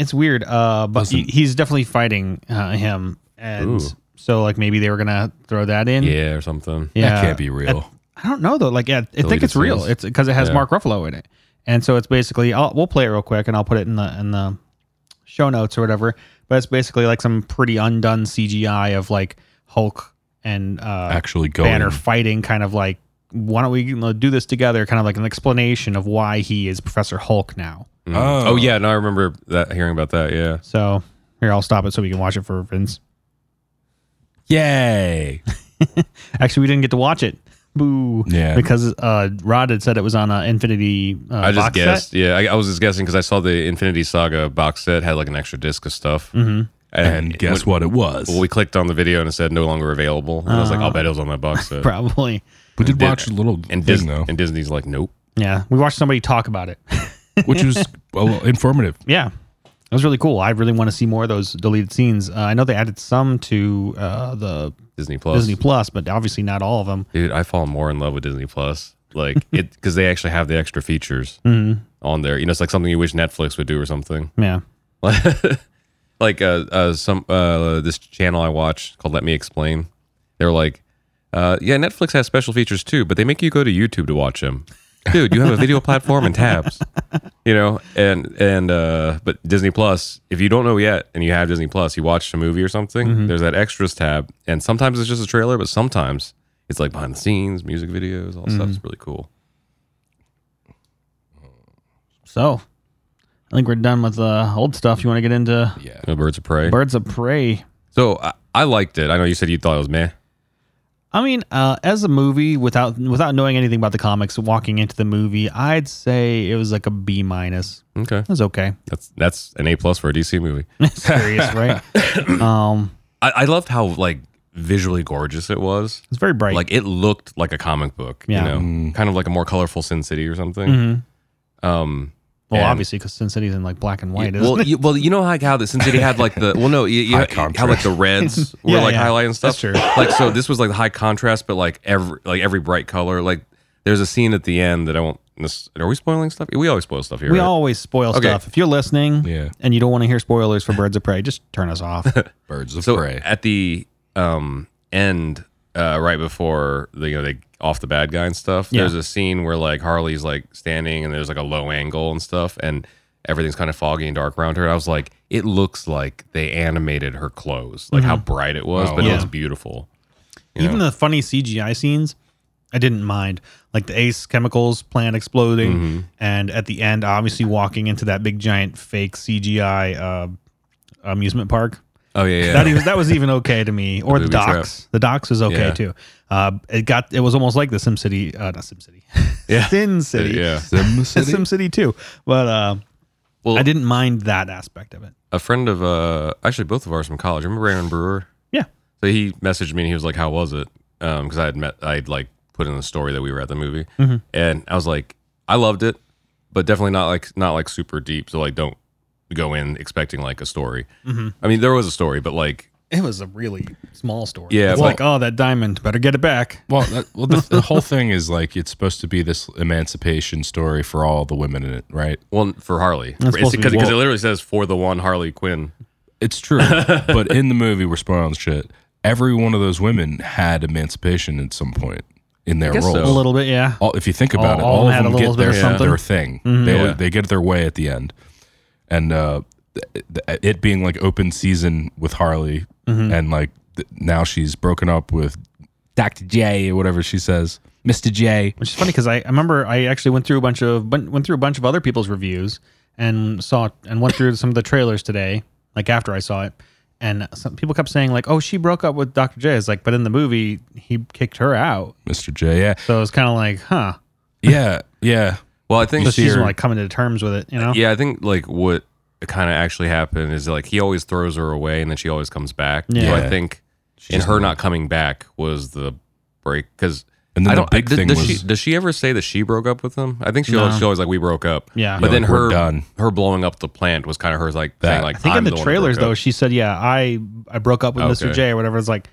B: it's weird. Uh, but he,
A: Listen.
B: he's definitely fighting uh, him, and
C: Ooh.
B: so like maybe they were gonna throw that in.
C: yeah or something
A: that can't be real.
B: I, I don't know though. Like, yeah, I think
C: Deleted
B: it's real.
C: scenes.
B: It's because it has
C: Yeah.
B: Mark Ruffalo in it, and so it's basically. I'll, we'll play it real quick, and I'll put it in the in the show notes or whatever. But it's basically like some pretty undone CGI of like Hulk and uh,
A: Actually going.
B: banner fighting kind of like why don't we you know, do this together kind of like an explanation of why he is professor hulk now
C: Mm.
A: Oh.
C: oh yeah no I remember that hearing about that yeah
B: so here i'll stop it so we can watch it for vince
A: Yay.
B: actually we didn't get to watch it boo
A: Yeah.
B: because uh rod had said it was on uh, infinity uh,
C: I just
B: box set.
C: guessed. Yeah, I, I was just guessing because I saw the Infinity Saga box set had like an extra disc of
A: Mm.
C: stuff. Mm-hmm.
A: And guess what it was?
C: Well, we clicked on the video and it said no longer available. And I was like,
A: Uh.
C: I'll bet it was on that box set.
B: probably
A: we did
C: Dis-
A: watch a little
C: and,
A: thing,
C: Dis-
A: though,
C: and Disney's like, nope.
B: yeah we watched somebody talk about it
A: which was well, informative.
B: yeah that was really cool i really want to see more of those deleted scenes uh, i know they added some to uh the
C: Disney Plus.
B: disney plus but obviously not all of them
C: Dude, I fall more in love with Disney Plus. Like it because they actually have the extra features on there. You know, it's like something you wish Netflix would do or something.
B: yeah
C: like uh, uh some uh this channel I watch called Let Me Explain. They were like, uh yeah, Netflix has special features too, but they make you go to YouTube to watch them. Dude, you have a video platform and tabs. You know, and and uh but Disney Plus, if you don't know yet and you have Disney Plus, you watch a movie or something, there's that extras tab and sometimes it's just a trailer, but sometimes it's like behind the scenes, music videos, all that stuff. It's really cool.
B: So, I think we're done with uh, old stuff. You want to get into
A: Yeah.
C: You know, Birds of Prey.
B: Birds of Prey?
C: so I, I liked it. I know you said you thought it was meh.
B: I mean, uh, as a movie, without without knowing anything about the comics, walking into the movie, I'd say it was like a B minus.
C: Okay,
B: It was okay.
C: that's that's an A plus for a DC movie.
B: Serious, right? Um,
C: I, I loved how like visually gorgeous it was.
B: it's very bright.
C: Like it looked like a comic book.
B: Yeah.
C: you know, kind of like a more colorful Sin City or something.
B: Mhm.
C: Um,
B: well,
C: and-
B: obviously, because Sin City's in like black and white.
C: Yeah,
B: isn't
C: well,
B: it?
C: you, well, you know how, how the Sin City had like the well, no, you, you,
A: High
C: how like the reds were
B: Yeah,
C: like
B: yeah.
C: highlight and
B: That's
C: stuff.
B: true.
C: Like so, this was like the high contrast, but like every like every bright color. Like there's a scene at the end that I won't. This, are we spoiling stuff? We always spoil stuff here.
B: we
C: right?
B: always spoil
C: Okay.
B: stuff. If you're listening,
A: Yeah.
B: and you don't want to hear spoilers for Birds of Prey, just turn us off.
A: Birds of
C: so
A: prey.
C: at the um end, uh, right before the, you know they off the bad guy and stuff.
B: Yeah.
C: There's a scene where like Harley's like standing and there's like a low angle and stuff and. Everything's kind of foggy and dark around her. And I was like, it looks like they animated her clothes, like how bright it was,
A: Oh,
C: but
B: yeah.
C: it looks beautiful. you
B: Even
C: know?
B: the funny CGI scenes, I didn't mind. Like the Ace Chemicals plant exploding,
C: Mm-hmm.
B: and at the end, obviously walking into that big giant fake CGI uh, amusement park.
C: Oh yeah, yeah.
B: That even that was even okay to me. Or the,
C: booby trap.
B: docks. The docks was okay
C: Yeah.
B: too. Uh, it got it was almost like the SimCity, uh, not SimCity,
C: Yeah.
B: Sin City,
C: Yeah.
A: Sim City?
B: SimCity too. But uh,
C: Well,
B: I didn't mind that aspect of it.
C: a friend of uh, actually both of ours from college. Remember Raymond Brewer?
B: Yeah.
C: So he messaged me and he was like, "How was it?" Um, because I had met, I would like put in the story that we were at the movie,
B: Mm-hmm.
C: and I was like, "I loved it, but definitely not like not like super deep. So like, don't go in expecting like a story.
B: Mm-hmm.
C: I mean, there was a story, but like,
B: It was a really small story.
C: Yeah,
B: it's
C: well-
B: like oh that diamond, better get it back.
A: Well, that, well the, the whole thing is like it's supposed to be this emancipation story for all the women in it, right?
C: well, for Harley,
B: supposed
C: because
B: to be-
C: it
B: well-
C: literally says for the one Harley Quinn.
A: It's true, but in the movie, we're spoiling shit. Every one of those women had emancipation at some point in their
C: guess
A: roles.
C: so.
B: A little bit, yeah.
A: All, if you think about
B: All-
A: it,
B: all
A: all, of
B: had a
A: them
B: little
A: get
B: bit
A: their,
B: of something.
A: their thing. They
C: Yeah.
A: they get their way at the end, and uh, th- th- it being like open season with Harley, and like th- now she's broken up with Doctor J or whatever she says, Mister J.
B: which is funny because I, I remember I actually went through a bunch of bun- went through a bunch of other people's reviews and saw and went through some of the trailers today, like after I saw it, and some people kept saying like, "Oh, she broke up with Dr. J." It's like, but in the movie, he kicked her out,
A: Mister J. Yeah,
B: so it's kind of like, huh?
A: yeah, yeah.
C: Well, I think
B: So
A: see
B: she's
A: her-
B: like coming to terms with it, you know?
C: yeah, I think like what kind of actually happened is like he always throws her away and then she always comes back. So
A: Yeah.
C: I think and her not coming back was the break because.
A: And then
C: I
A: the
C: don't,
A: big
C: I,
A: thing
C: does
A: was-
C: She, does she ever say that she broke up with him? I think she, always,
B: No.
C: she always like we broke up.
B: Yeah.
C: but
A: Yeah,
C: then
A: like, we're
C: her
A: done.
C: her blowing up the plant was kind of her like
A: That.
C: saying like
B: I think
C: I'm
B: in the
C: one who
B: trailers
C: broke
B: though,
C: up.
B: she said, "Yeah, I I broke up with Mr.
C: Okay.
B: J or whatever." It's like,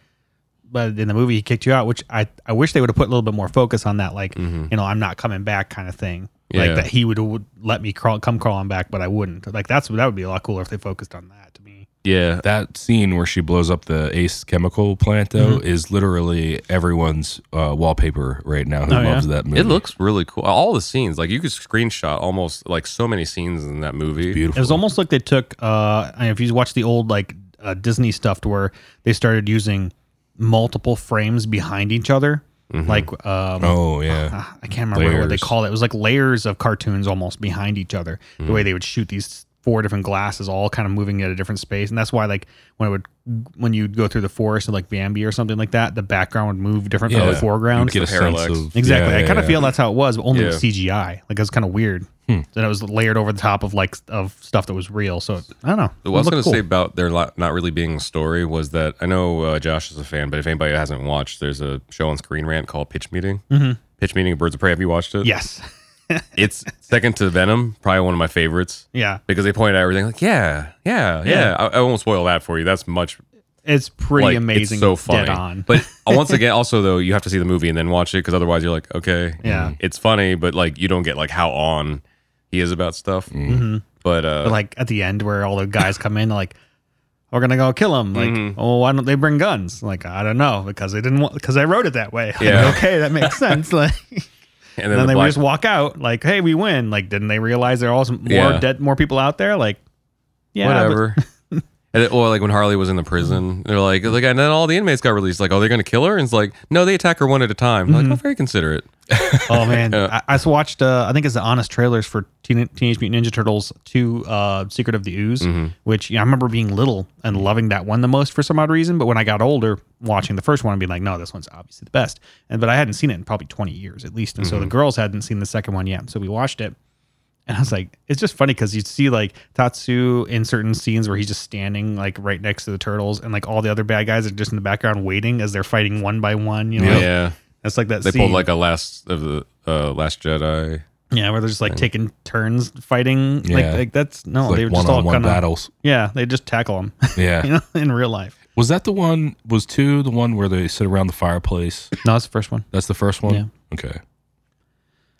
B: but in the movie, he kicked you out, which I I wish they would have put a little bit more focus on that, like you know, I'm not coming back kind of thing.
C: Mm-hmm. Yeah.
B: Like that he would, would let me crawl come crawling back, but I wouldn't. Like that's that would be a lot cooler if they focused on that to me.
C: yeah
A: that scene where she blows up the Ace Chemical plant though is literally everyone's uh, wallpaper right now. Who
B: Oh, yeah?
A: loves that movie?
C: it looks really cool. All the scenes like you could screenshot almost like so many scenes in that movie.
A: beautiful.
B: It was almost like they took uh I mean, if you watch the old like uh, Disney stuff to where they started using multiple frames behind each other,
C: Mm-hmm.
B: like um,
A: oh yeah,
B: Ah, I can't remember what they
A: Layers.
B: call it. It was like layers of cartoons almost behind each other. The way they would shoot these four different glasses, all kind of moving at a different space, and that's why like when it would when you'd go through the forest of like Bambi or something like that, the background would move different from the
A: Yeah.
B: foreground.
A: You'd get a
C: parallax.
A: sense of
B: exactly.
A: yeah,
B: I
A: yeah,
B: kind of
A: yeah.
B: feel that's how it was, but only with
C: Yeah.
B: CGI. Like it was kind of weird. That it was layered over the top of like of stuff that was real. So it, I don't know.
C: What I was
B: It
C: going to
B: looked cool.
C: say about there lo- not really being a story was that I know uh, Josh is a fan, but if anybody hasn't watched, there's a show on Screen Rant called Pitch Meeting.
B: Mm-hmm.
C: Pitch Meeting of Birds of Prey. Have you watched it?
B: yes,
C: It's second to Venom, probably one of my favorites
B: yeah,
C: because they point out everything like, yeah, yeah, yeah.
B: Yeah.
C: I, I won't spoil that for you. That's much
B: it's pretty
C: like,
B: amazing.
C: It's so
B: dead
C: funny.
B: on.
C: But uh, once again, also though, you have to see the movie and then watch it because otherwise you're like, okay, Mm.
B: Yeah.
C: it's funny, but like you don't get like how on he is about stuff. But uh,
B: Mm-hmm. But, like at the end where all the guys come in, like we're gonna go kill him. Like,
C: Mm-hmm.
B: oh, why don't they bring guns? Like, I don't know because they didn't want because I wrote it that way. Like,
C: Yeah.
B: okay, that makes sense. Like, and then
C: and then, the
B: they would
C: black,
B: just walk out. Like, hey, we win. Like, didn't they realize there are also more
C: Yeah.
B: dead, more people out there? Like, yeah, but-
C: whatever. And it, or like when Harley was in the prison, they're like, like, and then all the inmates got released. Like, oh, they're gonna kill her, and it's like, no, they attack her one at a time.
B: Mm-hmm.
C: Like, oh, very considerate.
B: Oh man, I, I just watched. Uh, I think it's the honest trailers for Teen, Teenage Mutant Ninja Turtles Two: uh, Secret of the Ooze,
C: Mm-hmm.
B: which you know, I remember being little and loving that one the most for some odd reason. But when I got older, watching the first one and being like, no, this one's obviously the best. And but I hadn't seen it in probably twenty years at least, and
C: Mm-hmm.
B: so the girls hadn't seen the second one yet. So we watched it. And I was like, it's just funny because you see like Tatsu in certain scenes where he's just standing like right next to the turtles, and like all the other bad guys are just in the background waiting as they're fighting one by one. You know,
C: Yeah,
B: that's like that.
C: they
B: scene.
C: pulled like a last of the uh, Last Jedi.
B: Yeah, where they're just like taking turns fighting. Like,
A: Yeah.
B: like that's no,
A: It's
B: they
A: like
B: were just all
A: one-on-one
B: kind of
A: battles.
B: yeah, they just tackle them, you
A: Yeah.
B: know, in real life.
A: Was that the one? Was two the one where they sit around the fireplace?
B: No, that's the first one.
A: That's the first one.
B: Yeah.
A: Okay.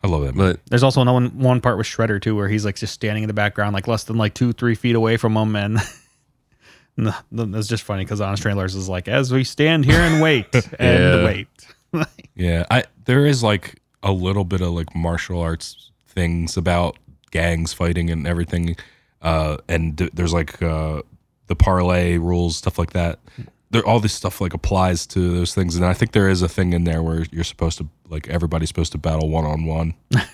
A: I love that. movie.
C: But
B: There's also another one one part with Shredder too, where he's like just standing in the background, like less than like two three feet away from him, and. and the- the- That's just funny because Honest Trailers is like, as we stand here and wait and
C: Yeah.
B: wait.
A: Yeah, I there is like a little bit of like martial arts things about gangs fighting and everything, uh, and th- there's like uh, the parlay rules stuff like that. There, all this stuff like applies to those things, and I think there is a thing in there where you're supposed to like everybody's supposed to battle one on one.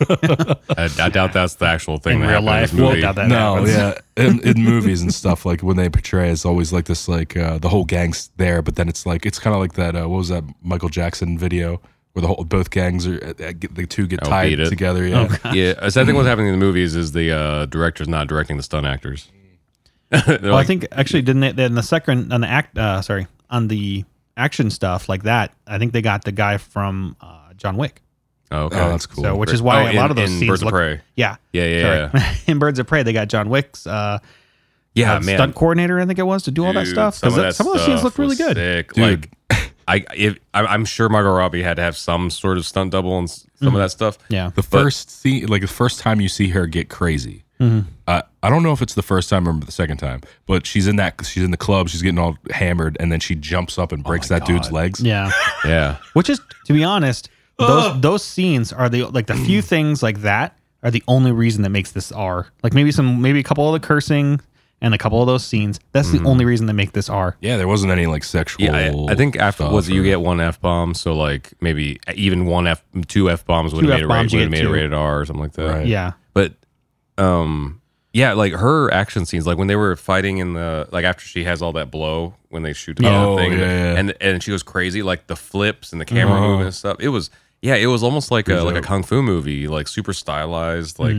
C: I, I doubt that's the actual thing.
B: in
C: that
B: real
C: happened in this
B: life, we'll
C: movie.
B: doubt that
A: No,
B: happens.
A: yeah, in, in movies and stuff like when they portray it's always like this like uh, the whole gang's there, but then it's like it's kind of like that uh, what was that Michael Jackson video where the whole both gangs are uh, uh, get- the two get
C: Oh,
A: tied
C: Beat It.
A: together. Yeah,
C: Yeah, I think
B: Hmm.
C: what's happening in the movies is the uh, director's not directing the stunt actors. They're
B: Well,
C: like,
B: I think actually didn't they, in the second on the act uh, sorry on the action stuff like that. I think they got the guy from uh, John Wick.
C: oh, okay.
A: Oh, that's cool.
B: So, which is why
C: Oh,
B: a lot
C: in-
B: of those
C: in
B: scenes
C: Birds of
B: look-
C: Prey.
B: Yeah,
C: Yeah, yeah,
B: sorry.
C: yeah.
B: in Birds of Prey, they got John Wick's uh,
C: Yeah,
B: uh,
C: man.
B: stunt coordinator, I think it was, to do all that
C: Dude,
B: stuff. Because
C: that
B: some of those scenes looked
C: stuff
B: really
C: was
B: good.
C: Sick.
A: Dude.
C: Like, I if I- I'm sure Margot Robbie had to have some sort of stunt double and s-
B: Hmm.
C: some of that stuff.
B: Yeah,
A: The first scene, like the first time you see her get crazy.
B: Mm-hmm.
A: Uh, I don't know if it's the first time or the second time, but she's in that she's in the club, she's getting all hammered, and then she jumps up and
C: Oh
A: breaks that dude's legs.
B: yeah.
C: Yeah,
B: Which is, to be honest, those those scenes are the like the few things like that are the only reason that makes this R. Like maybe some, maybe a couple of the cursing and a couple of those scenes. That's
C: Mm-hmm.
B: the only reason they make this R.
A: Yeah, there wasn't any like sexual.
C: yeah. I, I think after
A: stuff
C: was it
A: or-
C: you get one f bomb, so like maybe even one f two f bombs would
B: Two
C: have made, it, ra-
B: F-bombs, you
C: would've
B: get
C: made it
B: two.
C: rated R or something like that.
A: Right.
B: Yeah,
C: But um yeah, like her action scenes, like when they were fighting in the like after she has all that blow when they shoot the
A: Oh,
C: thing,
A: yeah, yeah.
C: and and she goes crazy, like the flips and the camera
A: Uh-huh.
C: movement and stuff. It was yeah, it was almost like a
A: Pretty
C: like a
A: dope.
C: kung fu movie, like super stylized. Like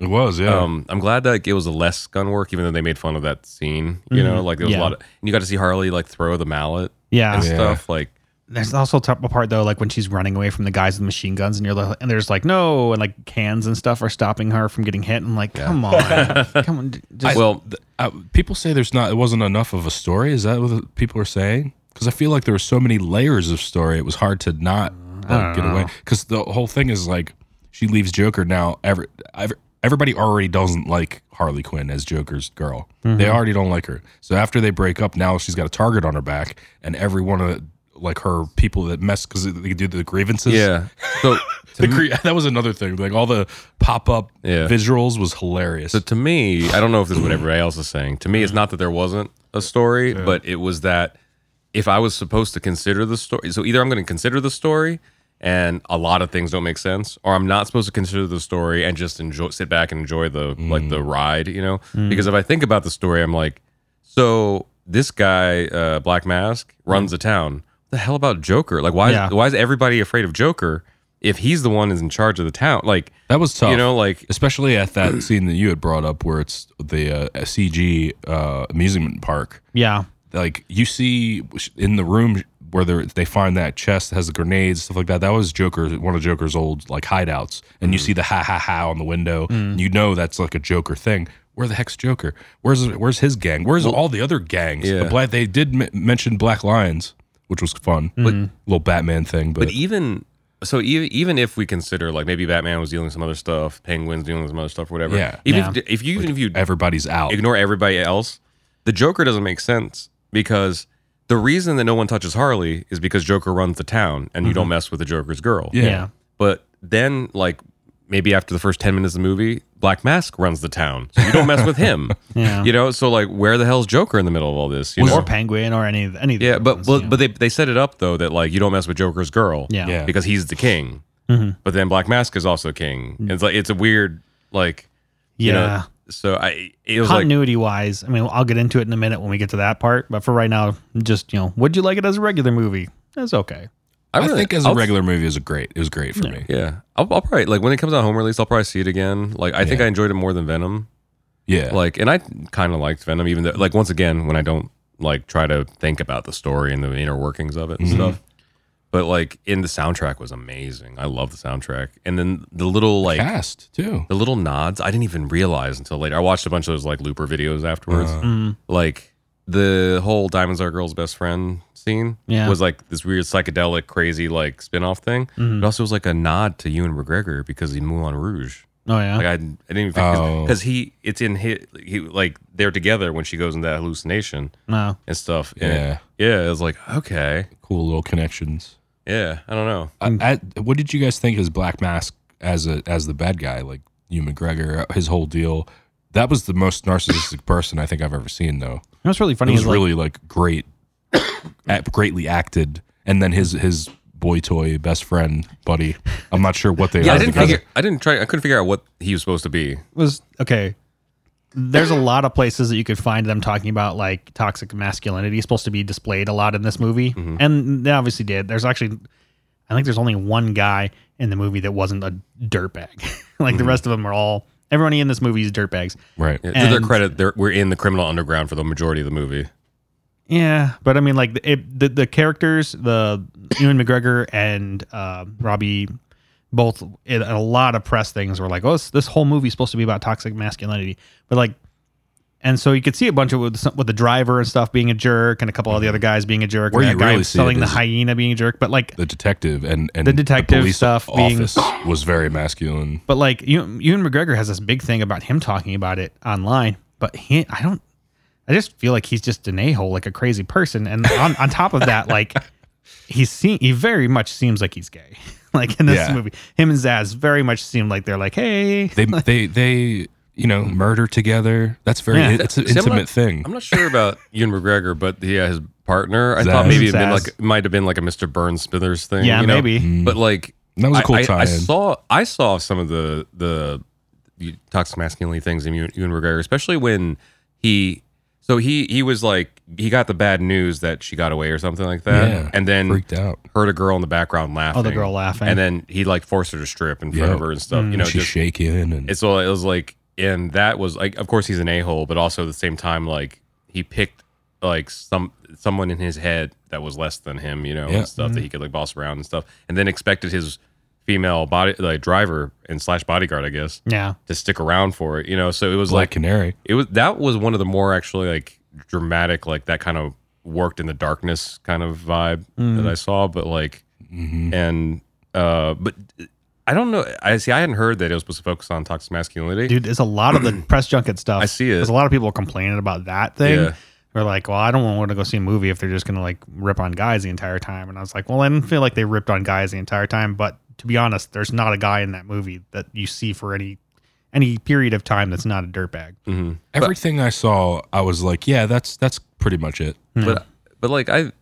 A: it was. Yeah,
C: um, I'm glad that like, it was less gun work, even though they made fun of that scene. You
A: Mm-hmm.
C: know, like there was
B: Yeah.
C: a lot of and you got to see Harley like throw the mallet
B: yeah.
C: and
A: Yeah.
C: stuff. Like
B: There's also a top- a part though, like when she's running away from the guys with machine guns, and you're like, and there's like no, and like cans and stuff are stopping her from getting hit. And like, come on, come on, d- just
C: well,
A: uh, people say there's not it wasn't enough of a story. Is that what people are saying? Because I feel like there were so many layers of story, it was hard to not like, get away. Because the whole thing is like she leaves Joker now. Every, every everybody already doesn't like Harley Quinn as Joker's girl. They
C: Mm-hmm.
A: already don't like her. So after they break up, now she's got a target on her back, and every one of the- like her people that mess because they do the grievances.
C: yeah. So
A: The cre- that was another thing. Like all the pop up
C: Yeah.
A: visuals was hilarious.
C: So to me, I don't know if this is what everybody else is saying. To me, it's not that there wasn't a story, but it was that if I was supposed to consider the story, so either I'm going to consider the story and a lot of things don't make sense, or I'm not supposed to consider the story and just enjoy, sit back and enjoy the like the ride, you know? Because if I think about the story, I'm like, so this guy, uh, Black Mask, runs the town. What the hell about Joker? Like, why?
B: Yeah.
C: Is, why is everybody afraid of Joker? If he's the one who's in charge of the town, like
A: that was tough.
C: you know, like
A: especially at that scene that you had brought up where it's the uh, CG uh, amusement park.
B: yeah.
A: Like you see in the room where they're- they find that chest that has the grenades, stuff like that. That was Joker, one of Joker's old like hideouts, and
C: Mm.
A: you see the ha ha ha on the window. You know that's like a Joker thing. Where the heck's Joker? Where's where's his gang? Where's all the other gangs?
C: yeah.
A: The black, they did m- mention Black Lions, which was fun, little Batman thing. But,
C: Mm. But e even so, even even if we consider like maybe Batman was dealing with some other stuff, Penguin's dealing with some other stuff, whatever.
A: Yeah.
C: Even
B: Yeah.
C: If, if you even if you
A: everybody's out.
C: ignore everybody else, the Joker doesn't make sense because the reason that no one touches Harley
B: Mm-hmm.
C: is because Joker runs the town and you don't mess with the Joker's girl.
A: Yeah.
B: yeah.
C: But then like maybe after the first 10 minutes of the movie, Black Mask runs the town. So you don't mess with him.
B: Yeah.
C: You know, so like where the hell's Joker in the middle of all this? You
B: or
C: know?
B: Penguin or any of any of the
C: yeah,
B: other
C: but
B: ones,
C: but,
B: yeah.
C: but they, they set it up though that like you don't mess with Joker's girl.
B: yeah.
A: Yeah.
C: Because he's the king. But then Black Mask is also king. It's like it's a weird like you know,
B: Yeah.
C: so I it was like
B: Continuity wise, I mean, I'll get into it in a minute when we get to that part. But for right now, just you know, would you like it as a regular movie? That's okay.
A: I,
C: really-
A: think as a
C: I'll-
A: regular movie is a great. It was great for me.
C: Yeah, I'll, I'll probably like when it comes out home release, I'll probably see it again. Like I think I enjoyed it more than Venom.
A: Yeah.
C: Like, and I kind of liked Venom, even though like once again when I don't like try to think about the story and the inner workings of it and stuff. But like in the soundtrack was amazing. I love the soundtrack, and then the little like
A: cast too.
C: the little nods I didn't even realize until later. I watched a bunch of those like looper videos afterwards.
A: Uh,
B: Mm,
C: Like the whole Diamonds Are Girl's Best Friend scene
B: Yeah.
C: was like this weird psychedelic, crazy like spin off thing.
B: Mm.
C: It also was like a nod to Ewan McGregor because in Moulin Rouge.
B: Oh yeah.
C: Like I, I didn't even
A: Oh.
C: think Mm, because he it's in his he like they're together when she goes into that hallucination
B: no.
C: and stuff. And
A: Yeah.
C: it- yeah. It was like okay,
A: Cool little connections.
C: yeah. I don't know.
A: I, I, what did you guys think as Black Mask as a as the bad guy, like Hugh McGregor, uh, his whole deal? That was the most narcissistic person I think I've ever seen, though.
B: You know what's really
A: It
B: funny
A: was
B: is like,
A: really like great, act- greatly acted, and then his his boy toy best friend buddy. I'm not sure what they
C: Yeah,
A: are.
C: I didn't
A: because-
C: figure. I didn't try. I couldn't figure out what he was supposed to be.
B: was okay. There's a lot of places that you could find them talking about like toxic masculinity is supposed to be displayed a lot in this movie, and they obviously did. There's actually, I think there's only one guy in the movie that wasn't a dirtbag. like the rest of them are all everybody in this movie is dirtbags.
A: right.
C: Yeah, to their
B: And-
C: credit, they're, we're in the criminal underground for the majority of the movie.
B: Yeah, but I mean, like it, the the characters, the Ewan McGregor and uh, Robbie, both in a lot of press things were like, "Oh, this, this whole movie's supposed to be about toxic masculinity," but like, and so you could see a bunch of with, some- with the driver and stuff being a jerk, and a couple of the other guys being a jerk,
A: Mm-hmm. Where
B: and
A: you
B: that guy
A: really see it
B: selling the
A: is-
B: hyena being a jerk, but like,
A: The detective and, and
B: The detective
A: police
B: stuff being-
A: office was very masculine.
B: But like Ewan Ewan McGregor has this big thing about him talking about it online, but he, I don't, I just feel like he's just an a hole, like a crazy person. And on, on top of that, like he's seen, he very much seems like he's gay. Like in this
A: Yeah.
B: movie, him and Zaz very much seem like they're like, hey,
A: They they they you know murder together. That's very
B: Yeah.
A: it's an
C: See, I'm
A: intimate
C: not-
A: thing.
C: I'm not sure about Ewan McGregor, but yeah, his partner. I
A: Zaz.
C: thought maybe it
B: Zaz.
C: like might have been like a Mr. Burns Smithers thing.
B: yeah,
C: you know?
B: maybe.
C: But like
A: Mm. That was a
C: I-
A: cool
C: I, I,
A: tie-in.
C: saw I saw some of the the toxic masculinity things in Ewan Ewan McGregor, especially when he. So he he was like he got the bad news that she got away or something like that,
A: Yeah.
C: and then
A: Freaked out.
C: heard a girl in the background laughing.
B: Oh, the girl laughing.
C: and then he like forced her to strip in front
A: Yeah.
C: of her and stuff. You know,
A: She's
C: just
A: shaking and
C: it's so it was like and that was like of course he's an a-hole but also at the same time like he picked like some someone in his head that was less than him you know
A: Yeah.
C: and stuff that he could like boss around and stuff and then expected his female body like driver and slash bodyguard i guess
B: yeah.
C: to stick around for it you know so it was
A: Black
C: like
A: Canary.
C: it was that was one of the more actually like dramatic like that kind of worked in the darkness kind of vibe that i saw but like
A: Mm-hmm.
C: and uh but i don't know i see i hadn't heard that it was supposed to focus on toxic masculinity
B: Dude, there's a lot of the press junket stuff.
C: I see it.
B: There's a lot of people complaining about that thing.
C: Yeah.
B: They're like, well, I don't want to go see a movie if they're just going to like rip on guys the entire time. And I was like, well, I didn't feel like they ripped on guys the entire time. But to be honest, there's not a guy in that movie that you see for any any period of time that's not a dirtbag.
C: Mhm.
A: Everything I saw, I was like, yeah, that's that's pretty much it.
C: but but like i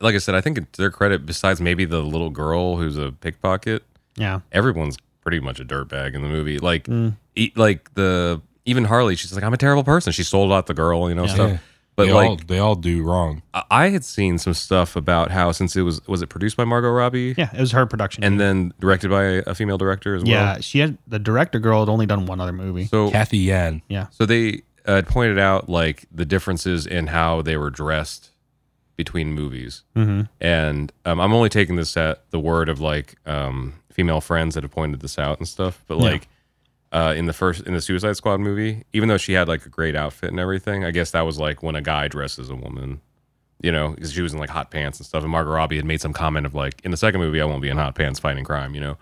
C: like i said i think to their credit besides maybe the little girl who's a pickpocket
B: Yeah.
C: everyone's pretty much a dirtbag in the movie like
B: Mm.
C: e- like the even harley she's like i'm a terrible person she sold out the girl you know stuff
A: Yeah.
C: but
A: they
C: like
A: all they all do wrong.
C: I- I had seen some stuff about how since it was was it produced by Margot Robbie
B: Yeah. It was her production.
C: and then directed by a female director as well.
B: yeah, she had the director girl had only done one other movie.
C: So
A: Kathy Yan.
B: yeah.
C: so they uh, pointed out like the differences in how they were dressed between movies,
B: Mm-hmm.
C: and um, I'm only taking this at the word of like um, female friends that have pointed this out and stuff. But
B: Yeah.
C: like uh, in the first in the Suicide Squad movie, even though she had like a great outfit and everything, I guess that was like when a guy dresses a woman. You know, because she was in like hot pants and stuff, and Margot Robbie had made some comment of like, in the second movie, I won't be in hot pants fighting crime. You know,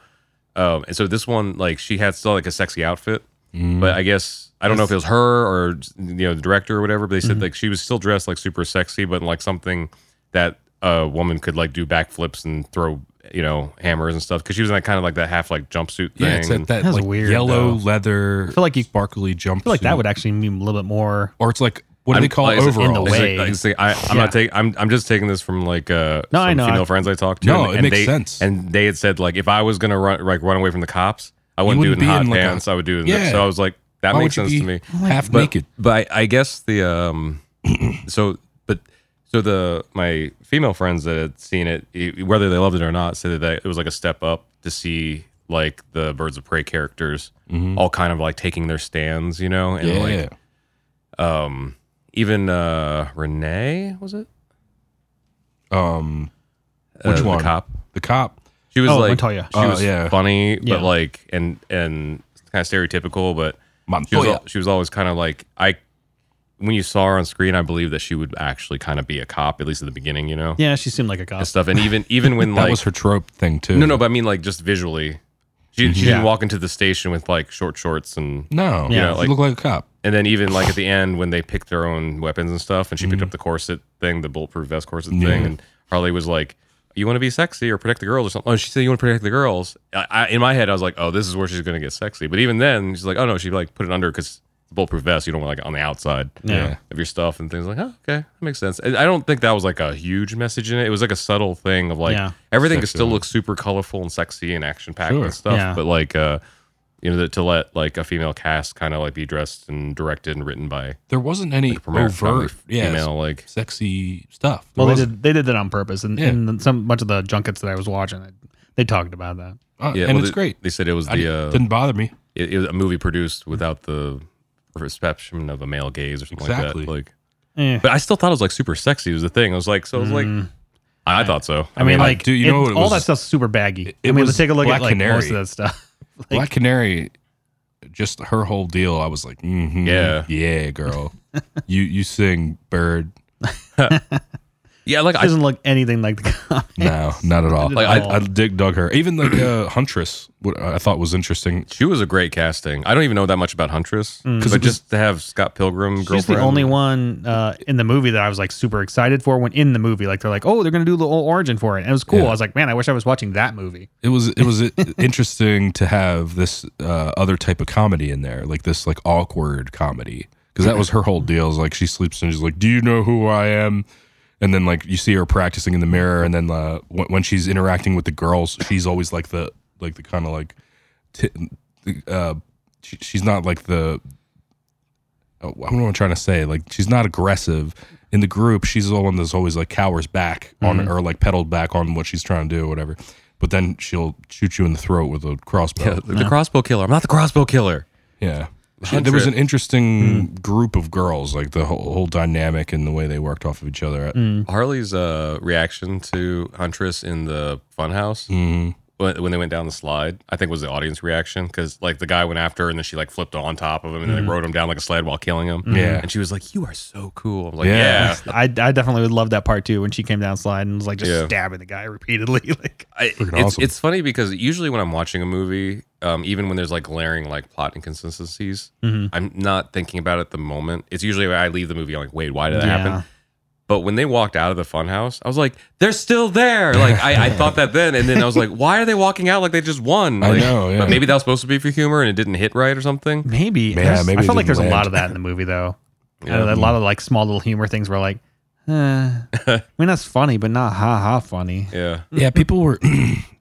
C: um, and so this one, like, she had still like a sexy outfit,
A: Mm.
C: but I guess I don't know if it was her or you know the director or whatever. But they
A: Mm-hmm.
C: said like she was still dressed like super sexy, but in, like something that a woman could like do backflips and throw you know, hammers and stuff because she was in that kind of like that half like jumpsuit thing.
A: Yeah, it's that, that
B: That's
A: like,
B: weird,
A: yellow
B: though.
A: leather.
B: feel like you-
A: sparkly jumpsuit.
B: I feel like that would actually mean a little bit more.
A: or it's like what do
C: I'm-
A: they call
C: like, it's like-
A: overalls?
B: in the
C: it's
B: way.
C: like- like, it's like, I, I'm
B: Yeah.
C: not taking. I'm, I'm just taking this from like uh,
B: No, I
C: some
B: know.
C: female
B: I-
C: friends I talked to.
A: No, it makes
C: they,
A: sense.
C: And they had said like if I was gonna run like run away from the cops, I wouldn't,
A: wouldn't
C: do it in
A: be
C: hot
A: in, like, a-
C: pants. I would do it. In
A: Yeah.
C: this. So I was like, that
A: Why
C: makes
A: would
C: sense
A: you
C: to
A: be
C: me.
B: Oh,
A: Half
C: But-
A: naked.
C: But I, I guess the um, so but so the my female friends that had seen it, e- whether they loved it or not, said that it was like a step up to see like the birds of prey characters
A: Mm.
C: all kind of like taking their stands, you know, and
A: Mm-hmm. Yeah.
C: Oh, like um even uh Renee was it
A: um, Which
C: Uh,
A: one?
C: the cop
A: the cop.
C: she was
B: Oh,
C: like
B: Montoya.
C: she
A: Oh,
C: was
A: yeah.
C: funny
B: Yeah.
C: but like and and kind of stereotypical but she was,
A: Montoya.
C: al- she was always kind of like I when you saw her on screen I believe that she would actually kind of be a cop at least at the beginning you know
B: Yeah, she seemed like a cop.
C: and stuff and even even when
A: That
C: like
A: was her trope thing too.
C: no no but I mean like just visually she, she
B: Yeah.
C: didn't walk into the station with like short shorts and
A: no.
B: Yeah,
A: she
C: like-
A: looked like a cop.
C: and then even like at the end when they picked their own weapons and stuff and she picked up the corset thing the bulletproof vest corset thing and harley was like you want to be sexy or protect the girls or something oh she said you want to protect the girls I, I, in my head i was like oh this is where she's going to get sexy but even then she's like oh no she like put it under because bulletproof vest you don't want like on the outside
B: Yeah.
C: of your stuff and things like oh okay that makes sense And i don't think that was like a huge message in it it was like a subtle thing of like
B: Yeah.
C: everything could still look super colorful and sexy and action packed
A: Sure.
C: and stuff
B: Yeah.
C: but like uh you know, that to let like a female cast kind of like be dressed and directed and written by
A: There wasn't any
C: premier
A: overt, yeah,
C: female, like
A: sexy stuff. There
B: well, they
A: wasn't.
B: did they did that on purpose, and,
A: Yeah.
B: and some bunch of the junkets that I was watching, they talked about that.
A: Uh,
C: yeah,
A: and
C: well,
A: it's
C: they-
A: great.
C: They said it was
A: I
C: the
A: didn't-
C: uh,
A: didn't bother me.
C: it, it was a movie produced without the perception of a male gaze or something
A: Exactly.
C: like that. Like,
B: Eh.
C: but I still thought it was like super sexy. Was the thing I was like, so I was like, I, I thought so.
B: Mm. I mean,
A: I-
B: like,
A: dude, you
B: it-
A: know what it
B: all
A: was-
B: that stuff's super baggy.
A: it
B: I mean,
A: was
B: let's take a look
A: Black
B: at like most of
A: Canary.
B: that stuff. like-
A: Black Canary, just her whole deal. I was like, mhm,
C: Yeah.
A: yeah, girl. you you sing bird?
C: yeah, like I,
B: doesn't look anything like the comic.
A: No, not at all.
B: Not at
A: Like I,
B: all.
A: I dig dug her. Even like uh, Huntress, what I thought was interesting.
C: she was a great casting. I don't even know that much about Huntress
B: Mm.
C: because just to have Scott Pilgrim girlfriend.
B: She's the only one uh, in the movie that I was like super excited for. When in the movie, like they're like, "Oh, they're gonna do the whole origin for it." And it was cool.
A: Yeah.
B: I was like, "Man, I wish I was watching that movie."
A: It was it was interesting to have this uh, other type of comedy in there, like this like awkward comedy, because that was her whole deal. Is like she sleeps and she's like, "Do you know who I am?" And then like you see her practicing in the mirror, and then uh, when, when she's interacting with the girls, she's always like the like the kind of like, t- uh, she, she's not like the. oh, I don't know what I'm trying to say. Like she's not aggressive in the group. She's the one that's always like cowers back on or like pedaled back on what she's trying to do or whatever. But then she'll shoot you in the throat with a crossbow.
C: Yeah, the crossbow killer. I'm not the crossbow killer.
A: Yeah. She- there was
C: Huntress.
A: an interesting group of girls, like the whole, whole dynamic and the way they worked off of each other.
C: Mm.
B: Mm.
C: Harley's uh, reaction to Huntress in the funhouse when, when they went down the slide, I think was the audience reaction because like the guy went after her and then she like flipped on top of him and
B: Mm-hmm.
C: then rode him down like a sled while killing him.
A: Yeah.
C: and she was like, "You are so cool." I'm like,
A: Yeah.
C: "Yeah."
B: I, I definitely would love that part too when she came down slide and was like just
C: Yeah.
B: stabbing the guy repeatedly. Like,
C: I, it's,
A: awesome.
C: it's funny because usually when I'm watching a movie, um, even when there's like glaring like plot inconsistencies,
B: Mm-hmm.
C: I'm not thinking about it at the moment. It's usually I leave the movie I'm like, wait, why did that
B: Yeah.
C: happen? But when they walked out of the funhouse, I was like, they're still there. Like I, I thought that then, and then I was like, why are they walking out like they just won?
A: I
C: Like,
A: know, yeah.
C: But maybe that was supposed to be for humor, and it didn't hit right or something.
B: maybe,
A: Yeah,
B: there's-
A: maybe
B: I
A: it
B: felt like
A: didn't
B: there's a lot
A: land.
B: of that in the movie though. Uh, a lot of like small little humor things were like, eh. I mean, that's funny, but not ha ha funny.
C: Yeah,
A: yeah, people were.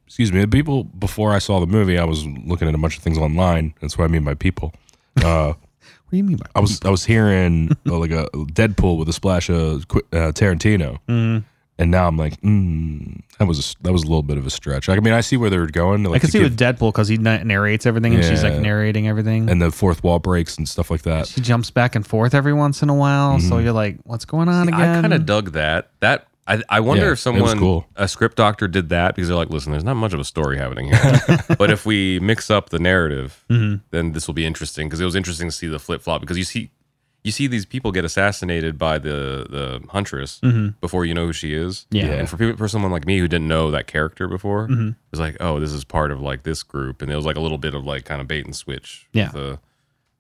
A: excuse me. People before I saw the movie, I was looking at a bunch of things online. That's what I mean by people. Uh,
B: What do you mean by?
A: I was I was hearing uh, like a Deadpool with a splash of Qu- uh, Tarantino,
B: Mm-hmm.
A: and now I'm like, mm, that was a, that was a little bit of a stretch. Like, I mean, I see where they're going. Like,
B: I could
A: to
B: see
A: give-
B: with Deadpool because he na- narrates everything and she's like
A: Yeah.
B: narrating everything.
A: and the fourth wall breaks and stuff like that.
B: she jumps back and forth every once in a while. So
A: Mm-hmm.
B: you're like, what's going on again?
C: I kind of dug that. That I, I wonder
A: Yeah, it
C: if
A: was
C: someone
A: cool.
C: a script doctor did that because they're like, listen, there's not much of a story happening here, but if we mix up the narrative,
B: Mm-hmm.
C: then this will be interesting because it was interesting to see the flip flop because you see. You see these people get assassinated by the the huntress
B: Mm-hmm.
C: before you know who she is.
B: Yeah. Mm.
A: Yeah.
C: and for people, for someone like me who didn't know that character before, it
B: Mm-hmm.
C: was like, oh, this is part of like this group, and it was like a little bit of like kind of bait and switch.
B: Yeah.
C: With the,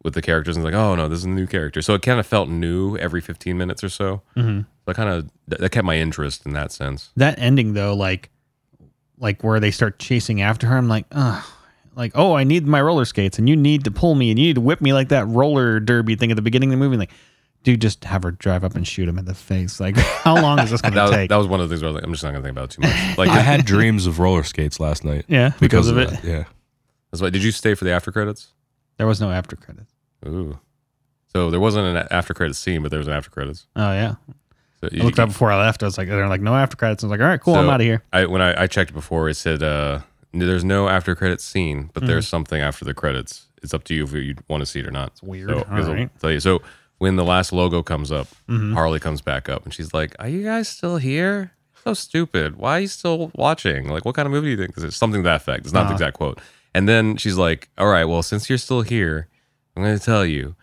C: with the characters and like, oh no, this is a new character. So it kind of felt new every 15 minutes or so. Mm-hmm. So I kind of that, that kept my interest in that sense.
B: that ending though, like like where they start chasing after her. I'm like, ugh. Like, oh, I need my roller skates, and you need to pull me, and you need to whip me like that roller derby thing at the beginning of the movie. Like, dude, just have her drive up and shoot him in the face. Like, how long is this going
C: That
B: to
C: was,
B: take?
C: that was one of the things where I was like, I'm just not gonna think about it too much. Like
A: I had dreams of roller skates last night
B: yeah, because, of, it.
A: that, Yeah.
C: that's why. Did you stay for the after credits?
B: There was no after credit.
C: Ooh. So there wasn't an after credits scene, but there was an after credits.
B: Oh yeah,
C: So
B: I looked up before I left. I was like, they're like no after credits. I was like, all right, cool, I'm
C: So-
B: out of here.
C: I when I, I checked before, it said uh, n- there's no after credits scene, but there's
B: Mm-hmm.
C: something after the credits. It's up to you if you want to see it or not. It's
B: weird.
C: So,
B: All
C: because I'll
B: right. Mm-hmm.
C: tell you. So when the last logo comes up, Harley comes back up and she's like, "Are you guys still here? So stupid. Why are you still watching? Like, what kind of movie do you think?" 'Cause It's something to that effect. It's not the exact quote. And then she's like, "All right, well, since you're still here, I'm going to tell you."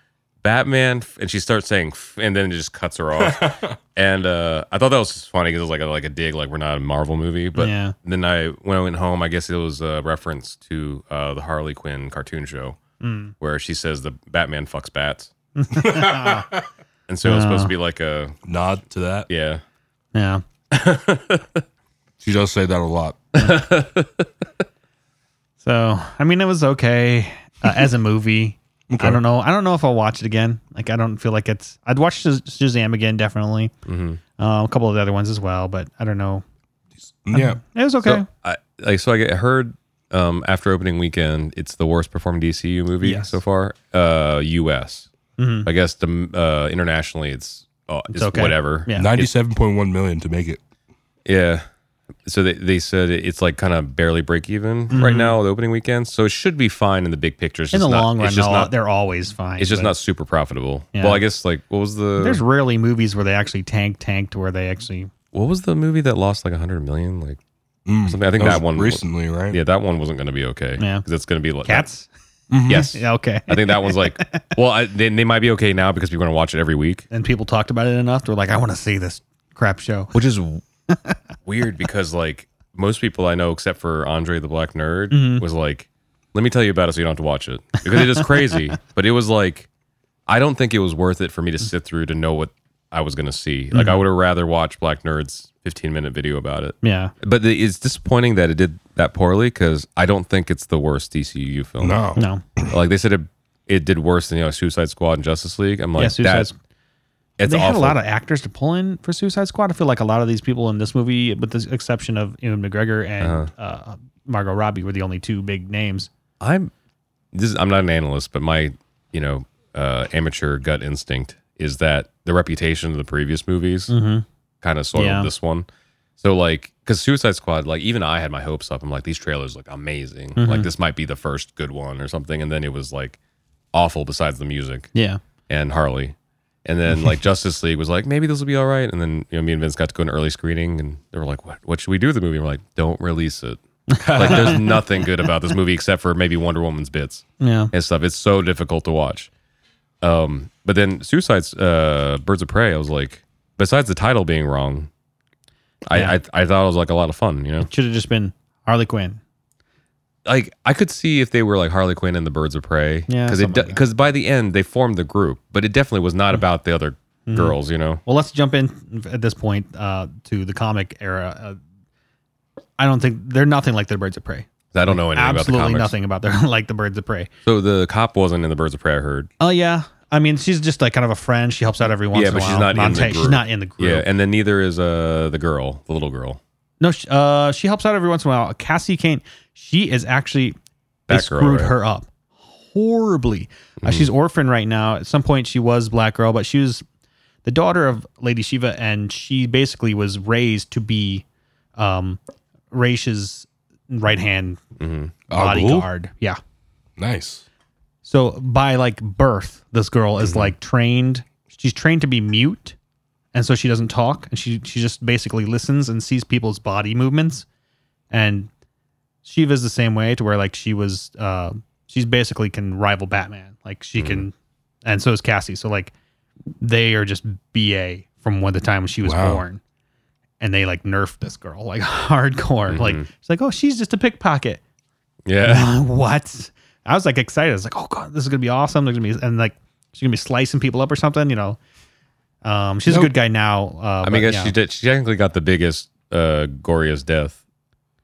C: Batman, f- and she starts saying, f- and then it just cuts her off. and uh, I thought that was funny because it was like a, like a dig, like we're not a Marvel movie. But
B: Yeah.
C: then I when I went home, I guess it was a reference to uh, the Harley Quinn cartoon show
B: Mm.
C: where she says the Batman fucks bats, and so it was supposed to be like a
A: Nod to that.
C: yeah.
B: Yeah.
A: She does say that a lot.
B: So I mean, it was okay uh, as a movie. I don't know. I don't know if I'll watch it again. Like I don't feel like it's. I'd watch Shaz- Shazam again definitely. Uh, a couple of the other ones as well, but I don't know.
A: Yeah.
B: It was okay.
C: So I like so I get heard um, after opening weekend, it's the worst performing DCU movie
B: Yes.
C: so far. Uh, U.S.
B: Mm-hmm.
C: I guess dom- uh, internationally, it's uh, it's,
B: okay.
C: whatever.
B: Yeah.
A: Ninety-seven point one million to make it.
C: Yeah. So they, they said it- it's like kind of barely break even right now, the opening weekend. So it should be fine in the big picture. It's
B: Mm-hmm. In
C: just
B: the
C: not,
B: long run,
C: it's just
B: they'll-
C: not,
B: they're always fine.
C: it's just
B: but
C: not super profitable.
B: Yeah.
C: Well, I guess like what was the
B: There's rarely movies where they actually tank tanked where they actually.
C: what was the movie that lost like 100 million? Like
A: Mm.
C: something. I think that,
A: was
C: one was-
A: recently, right?
C: yeah, that one wasn't going to be okay.
B: Yeah.
C: 'Cause it's going to be like
B: Cats.
C: Mm-hmm. Yes.
B: Yeah. Okay.
C: I think that one's like, well, I, they, they might be okay now because people are going to watch it every week.
B: and people talked about it enough. They're like, I want to see this crap show.
C: which is w- weird because like most people I know, except for Andre the Black Nerd,
B: Mm-hmm.
C: was like, "Let me tell you about it, so you don't have to watch it because it is crazy." but it was like, I don't think it was worth it for me to sit through to know what I was going to see. Like, I
B: Mm-hmm.
C: would have rather watched Black Nerd's 15 minute video about it.
B: Yeah.
C: But the, it's disappointing that it did that poorly because I don't think it's the worst DCU film.
A: No.
B: No.
C: Like they said, it, it did worse than you know Suicide Squad and Justice League. I'm like,
B: Yeah, Suicide
C: that,
B: Squad.
C: it's
B: they
C: awful.
B: had a lot of actors to pull in for Suicide Squad. I feel like a lot of these people in this movie, with the exception of Ewan McGregor and uh
C: Uh-huh.
B: Margot Robbie, were the only two big names.
C: I'm this is, I'm not an analyst, but my you know uh, amateur gut instinct is that the reputation of the previous movies kind of soiled
B: Mm. Yeah.
C: this one. So like, because Suicide Squad, like even I had my hopes up. I'm like, these trailers look amazing. Like this might be the first good one or something. And then it was like awful. Besides the music
B: Yeah.
C: and Harley. And then like Justice League was like, maybe this will be all right. And then you know, me and Vince got to go to an early screening, and they were like, what What should we do with the movie? And we're like, don't release it. like there's nothing good about this movie except for maybe Wonder Woman's bits
B: Yeah.
C: and stuff. It's so difficult to watch. Um, but then Suicide's uh, Birds of Prey, I was like, besides the title being wrong,
B: Yeah.
C: I, I I thought it was like a lot of fun. You know,
B: Should have just been Harley Quinn.
C: like I could see if they were like Harley Quinn and the Birds of Prey,
B: Yeah,
C: because
B: something like that.
C: because by the end they formed the group, but it definitely was not about the other
B: Mm-hmm.
C: girls. You know.
B: Well, let's jump in at this point uh, to the comic era. Uh, I don't think they're nothing like the Birds of Prey.
C: I don't know anything about the
B: Absolutely
C: comics.
B: nothing about their like the Birds of Prey.
C: So the cop wasn't in the Birds of Prey. I heard.
B: Oh yeah, I mean she's just like kind of a friend. She helps out every once
C: Yeah,
B: in a
C: but
B: while.
C: she's not in the
B: Monta- She's
C: group.
B: not in the group.
C: Yeah, and then neither is uh the girl, the little girl.
B: No, she, uh, she helps out every once in a while. Cassie Kane, she is actually they
C: Batgirl,
B: screwed
C: right? Hmm.
B: her up horribly. Uh, she's orphaned right now. At some point, she was black girl, but she was the daughter of Lady Shiva, and she basically was raised to be um, Raish's right hand
C: Mm-hmm.
A: Ah, cool.
B: bodyguard. Yeah.
A: Nice.
B: So by like birth, this girl is like trained. She's trained to be mute, and so she doesn't talk, and she she just basically listens and sees people's body movements. And Shiva's the same way, to where like she was, uh, she's basically can rival Batman. Like she can, and so is Cassie. So like they are just ba from when the time she was
A: Wow.
B: born, and they like nerfed this girl like hardcore. Like she's like, oh, she's just a pickpocket.
C: Yeah,
B: Uh, what? I was like excited. I was like, oh god, this is gonna be awesome. There's gonna be and like she's gonna be slicing people up or something. You know, um, she's a
A: Nope.
B: good guy now. Uh,
C: I mean, I
B: but
C: guess
B: yeah.
C: she did. She technically got the biggest, uh, goriest death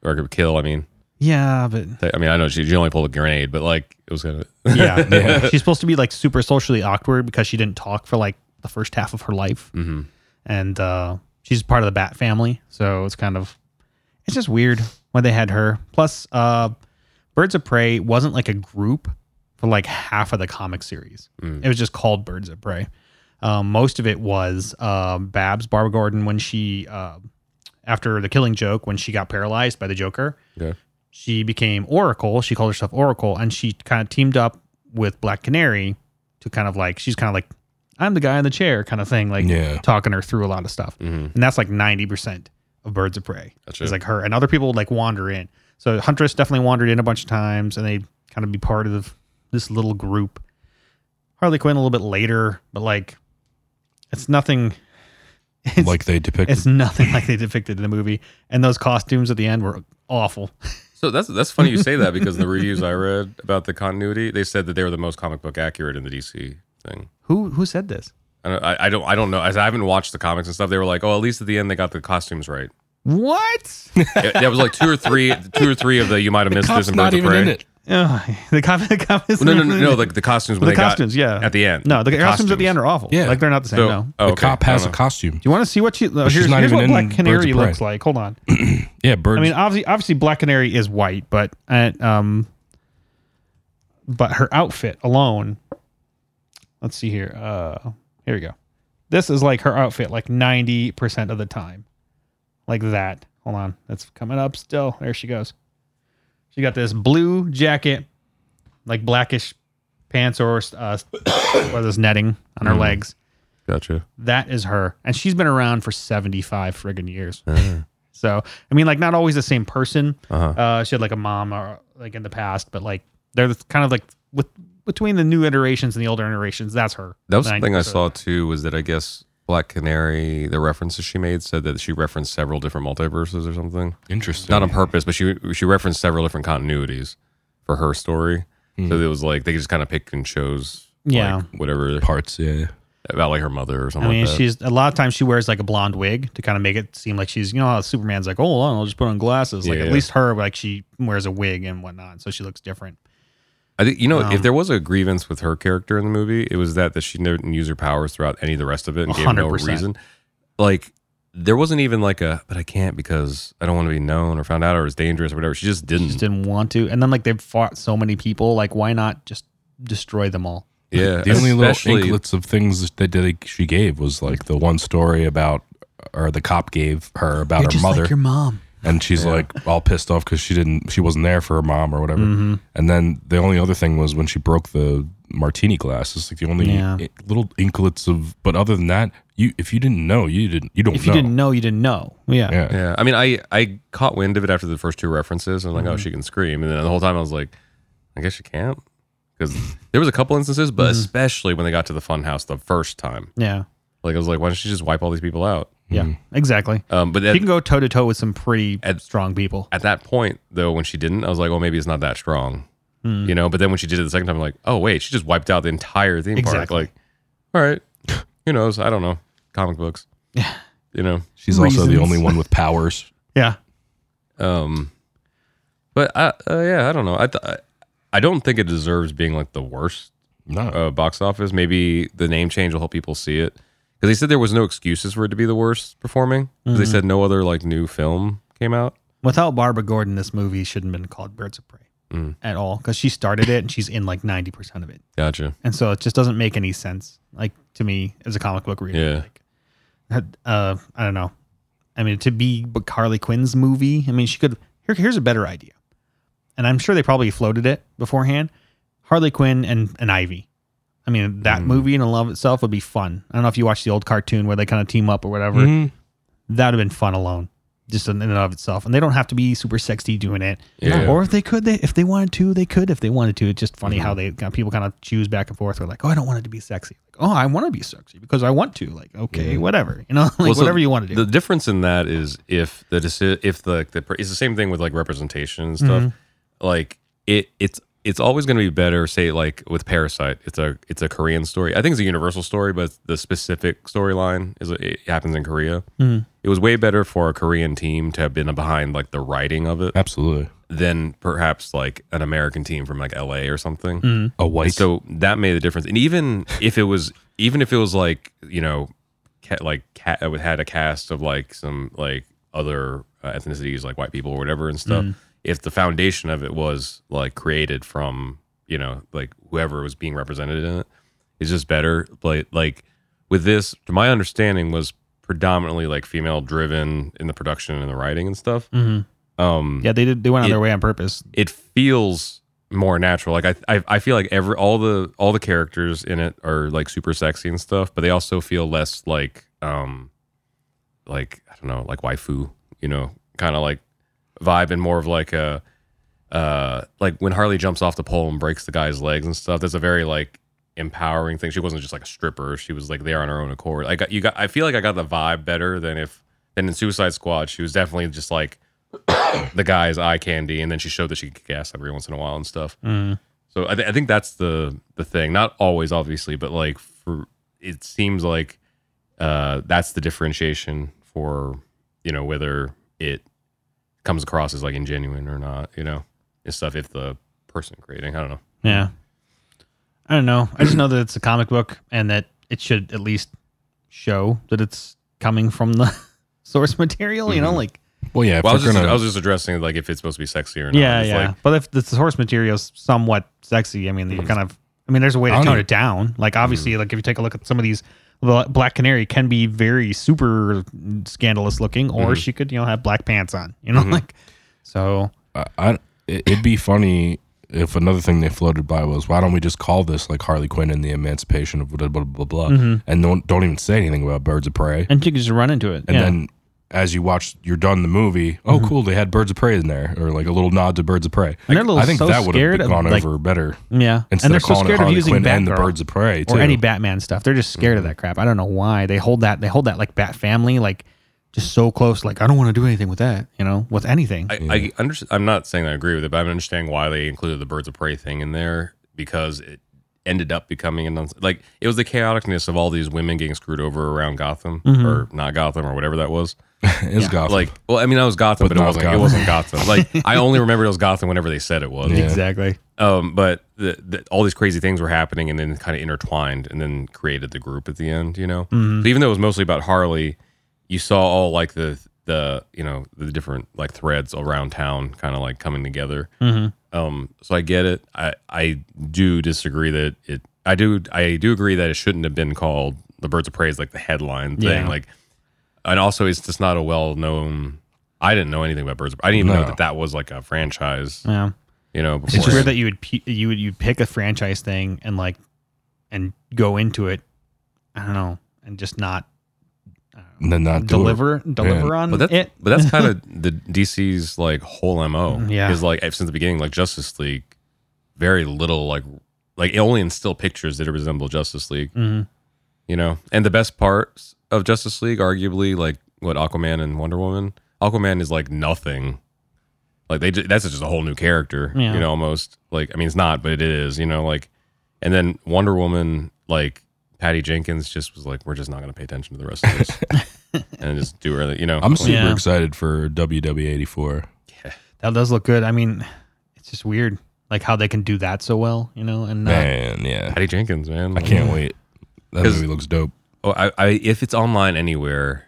C: or kill. I mean,
B: Yeah, but
C: I mean, I know she, she only pulled a grenade, but like it was gonna.
B: yeah. she's supposed to be like super socially awkward because she didn't talk for like the first half of her life,
C: hmm
B: and uh, she's part of the Bat family, so it's kind of it's just weird when they had her. Plus, uh, Birds of Prey wasn't like a group for like half of the comic series.
C: Mm.
B: It was just called Birds of Prey. Um, most of it was um Babs Barbara Gordon when she uh, after the Killing Joke when she got paralyzed by the Joker
C: Okay.
B: she became Oracle. She called herself Oracle, and she kind of teamed up with Black Canary to kind of like she's kind of like I'm the guy in the chair kind of thing, like
A: Yeah.
B: talking her through a lot of stuff.
C: Mhm.
B: And that's like ninety percent of Birds of Prey.
C: That's
B: It's
C: it.
B: like her and other people would like wander in. So Huntress definitely wandered in a bunch of times, and they kind of be part of this little group. Harley Quinn a little bit later, but like it's nothing. It's,
A: like they depicted.
B: it's nothing like they depicted in the movie, and those costumes at the end were awful.
C: So that's that's funny you say that because the reviews I read about the continuity, they said that they were the most comic book accurate in the DC thing.
B: Who who said this?
C: I don't, I, I don't, I don't know. I haven't watched the comics and stuff. They were like, oh, at least at the end they got the costumes right.
B: What?
C: It- That was like two or three, two or three of the you might have missed this
A: Cop's
C: in
A: not
C: Birds of
A: even in
C: Prey.
A: it.
B: Ugh, the cop, the cop is
C: No, no, no, no. The, the costumes when
B: the
C: they got-
B: costumes, yeah.
C: at the end.
B: no, the, costumes, at the end are awful.
A: Yeah.
B: like they're not the same.
C: So-
B: no. Do
C: oh,
A: the
C: okay.
A: cop
C: I
A: has a
C: don't know.
A: costume.
B: you want to see what she?
A: she's
B: here's
A: not
B: here's
A: even
B: what
A: in
B: Black
A: Birds of
B: Canary
A: Prey.
B: looks like. Hold on.
A: Yeah, birds.
B: I mean, obviously, obviously, Black Canary is white, but uh, um, but her outfit alone. Let's see here. Uh, here we go. This is like her outfit, like ninety percent of the time, like that. Hold on, that's coming up still. There she goes. She got this blue jacket, like blackish pants or uh, what is this netting on her
A: Mm.
C: Mhm.
B: legs.
C: Gotcha.
B: That is her, and she's been around for seventy-five friggin' years. So, I mean, like, not always the same person.
C: Uh-huh.
B: Uh, she had like a mom, or like in the past, but like they're kind of like with between the new iterations and the older iterations. That's her.
C: That was the
B: Nine-
C: thing I
B: so-
C: saw too. Was that I guess Black Canary, the references she made said that she referenced several different multiverses or something.
B: uh,
A: Interesting.
C: Not on purpose, but she she referenced several different continuities for her story. So it was like they just kind of picked and chose. like,
B: Yeah.
C: whatever
A: parts. Yeah.
C: about like her mother or something.
B: I mean,
C: like that.
B: she's a lot of times she wears like a blonde wig to kind of make it seem like she's, you know, how Superman's like, oh, well, I'll just put on glasses. Like,
C: Yeah.
B: at least her, like, she wears a wig and whatnot. So she looks different.
C: I think you know
B: Um,
C: if there was a grievance with her character in the movie, it was that that she didn't use her powers throughout any of the rest of it and gave no
B: 100%.
C: reason. Like there wasn't even like a but I can't because I don't want to be known or found out or it's dangerous or whatever. She just
B: She
C: didn't.
B: just didn't want to. And then, like, they've fought so many people. Like, why not just destroy them all?
C: yeah,
A: The only little
C: especially-
A: inklets of things that they, she gave was like the one story about, or the cop gave her about
B: You're
A: her
B: just
A: mother,
B: like your mom.
A: and she's like all pissed off because she didn't, she wasn't there for her mom or whatever.
B: Mm. Mm-hmm.
A: And then the only other thing was when she broke the martini glass. It's like the only
B: Yeah.
A: i- little inklets of, but other than that, you if you didn't know, you didn't, you don't
B: If
A: know.
B: you didn't know, you didn't know. Yeah.
A: yeah.
C: Yeah, I mean, I I caught wind of it after the first two references, and I'm like, oh, she can scream, and then the whole time I was like, I guess she can't, because there was a couple instances, but especially when they got to the funhouse the first time,
B: Yeah.
C: like I was like, why don't she just wipe all these people out?
B: Yeah, exactly.
C: Um, but
B: You
C: at,
B: can go toe to toe with some pretty
C: At-
B: strong people.
C: at that point though, when she didn't, I was like, well, maybe it's not that strong, you know. But then when she did it the second time, I'm like, oh wait, she just wiped out the entire theme park.
B: Exactly.
C: Like, all right, who knows? I don't know. Comic books, you know.
A: She's also the
B: Reasons.
A: only one with powers.
B: Yeah,
C: Um, but I, uh, yeah, I don't know. I, th- I- I don't think it deserves being like the worst
A: No,
C: uh, box office. Maybe the name change will help people see it because they said there was no excuses for it to be the worst performing. 'Cause They said no other like new film came out.
B: without Barbara Gordon, this movie shouldn't have been called Birds of Prey
C: Mm.
B: at all because she started it and she's in like ninety percent of it,
C: Gotcha.
B: and so it just doesn't make any sense. Like to me, as a comic book reader,
C: Yeah.
B: like, had- uh, I don't know. I mean, to be B- Harley Quinn's movie, I mean, she could. Here, here's a better idea, and I'm sure they probably floated it beforehand. Harley Quinn and, and Ivy. I mean, that movie in and of itself would be fun. I don't know if you watch the old cartoon where they kind of team up or whatever.
A: Mhm.
B: that would have been fun alone just in and of itself and they don't have to be super sexy doing it
C: Yeah. Mm-hmm.
B: or if they could they if they wanted to they could if they wanted to it's just funny how they kind of, people kind of choose back and forth they're like oh i don't want it to be sexy like, oh i want to be sexy because i want to like okay whatever you know like
C: Mm-hmm. Well, so
B: whatever you want to do
C: The difference in that is if the deci- if the, the pr- it's the same thing with like representation and stuff. Like it it's it's always going to be better. Say like with Parasite, it's a it's a Korean story. I think it's a universal story, but the specific storyline is it happens in Korea.
B: Mm-hmm.
C: It was way better for a Korean team to have been behind like the writing of it
A: Absolutely.
C: than perhaps like an American team from like LA or something.
B: Mm-hmm.
A: A white.
C: So that made the difference. And even if it was, even if it was like you know, ca- like cat had a cast of like some like other uh, ethnicities, like white people or whatever and stuff. If the foundation of it was like created from you know like whoever was being represented in it, it's just better. But like with this, to my understanding, was predominantly like female driven in the production and the writing and stuff. Um,
B: Mm-hmm. Yeah, they did. They went out
C: It-
B: their way on purpose.
C: it feels more natural. Like I, I, I feel like every all the all the characters in it are like super sexy and stuff, but they also feel less like um, like I don't know, like waifu, you know, kind of like vibe and more of like a uh, like when Harley jumps off the pole and breaks the guy's legs and stuff. That's a very like empowering thing. She wasn't just like a stripper. She was like there on her own accord. Like you got, I feel like I got the vibe better than if than in Suicide Squad. She was definitely just like the guy's eye candy, and then she showed that she could kick ass every once in a while and stuff.
B: Mm-hmm.
C: So I, th- I think that's the the thing. Not always, obviously, but like for it seems like uh, that's the differentiation for you know whether it comes across as like ingenuine or not, you know, and stuff. If the person creating, I don't know.
B: Yeah. I don't know. I just know that it's a comic book and that it should at least show that it's coming from the source material, you know,
C: Mm-hmm.
B: like
A: well, yeah. If
C: Well, I was,
A: we're
C: just,
A: gonna,
C: I was just addressing like if it's supposed to be sexy or not.
B: yeah,
C: It's
B: yeah.
C: Like,
B: but if the source material is somewhat sexy, I mean, you kind of I mean, there's a way to
A: Mm-hmm. I don't Mm-hmm.
B: tone
A: even-
B: it down. Like obviously, like if you take a look at some of these the Black Canary can be very super scandalous looking or
A: Mm-hmm.
B: she could, you know, have black pants on, you know, like so
A: I, I- it- it'd be funny if another thing they floated by was why don't we just call this like Harley Quinn and the Emancipation of blah blah blah blah,
B: Mm-hmm.
A: and don't don't even say anything about Birds of Prey,
B: and you could just run into it.
A: and then as you watch, you're done the movie. Oh, cool, they had Birds of Prey in there, or like a little nod to Birds of Prey.
B: Mm-hmm. And they're a little
A: I think
B: so
A: that would
B: scared
A: have
B: of,
A: gone
B: like-
A: over better
B: yeah.
A: instead
B: and they're
A: of
B: so
A: calling
B: scared
A: it
B: of
A: Harley
B: using
A: Quinn and the
B: Batgirl.
A: Birds of Prey too. Mm-hmm.
B: or any Batman stuff. They're just scared of that crap. I don't know why they hold that. They hold that like Bat family like just so close. Like I don't want to do anything with that. You know, with anything.
C: I, I under, I'm not saying I agree with it, but I'm understanding why they included the birds of prey thing in there because it ended up becoming an uns- like it was the chaoticness of all these women getting screwed over around Gotham or not Gotham or whatever that was.
A: is Mm-hmm. Gotham.
C: Like, well, I mean, I was Gotham, but, it
A: not
C: wasn't.
A: Gotham.
C: It wasn't Gotham. Like, I only remembered it was Gotham whenever they said it was.
A: Yeah.
B: Exactly.
C: Um, but the, the, all these crazy things were happening and then kind of intertwined and then created the group at the end, you know?
B: Mm-hmm.
C: So even though it was mostly about Harley, you saw all like the, the, you know, the different like threads around town kind of like coming together.
B: Mm-hmm.
C: Um, so I get it. I, I do disagree that it, I do, I do agree that it shouldn't have been called the birds of prey is like the headline thing.
B: Yeah.
C: Like, and also it's just not a well known, I didn't know anything about birds. of Prey. I didn't even know
A: No.
C: that that was like a franchise,
B: Yeah.
C: you know, before.
B: It's weird that you would pe- you would you pick a franchise thing and like and go into it. I don't know, and just not uh,
A: and then not do it.
B: deliver deliver on
C: But that's
B: it.
C: but that's kind of the DC's like whole mo.
B: Mm-hmm. Yeah.
C: is like since the beginning, like Justice League, very little like like it only instill pictures that resemble Justice League.
B: Mhm.
C: You know, and the best parts of Justice League, arguably, like what Aquaman and Wonder Woman. Aquaman is like nothing. Like they, ju- that's just a whole new character.
B: Yeah.
C: You know, almost like I mean, it's not, but it is. You know, like, and then Wonder Woman, like Patty Jenkins, just was like, we're just not going to pay attention to the rest of this. And just do her, you know.
A: I'm super
B: Yeah.
A: excited for WW84.
B: That does look good. I mean, it's just weird, like how they can do that so well, you know, and not,
A: Man, yeah,
C: Patty Jenkins, man.
A: I can't wait. That
C: 'Cause-
A: movie looks dope.
C: Oh, I, I, if it's online anywhere,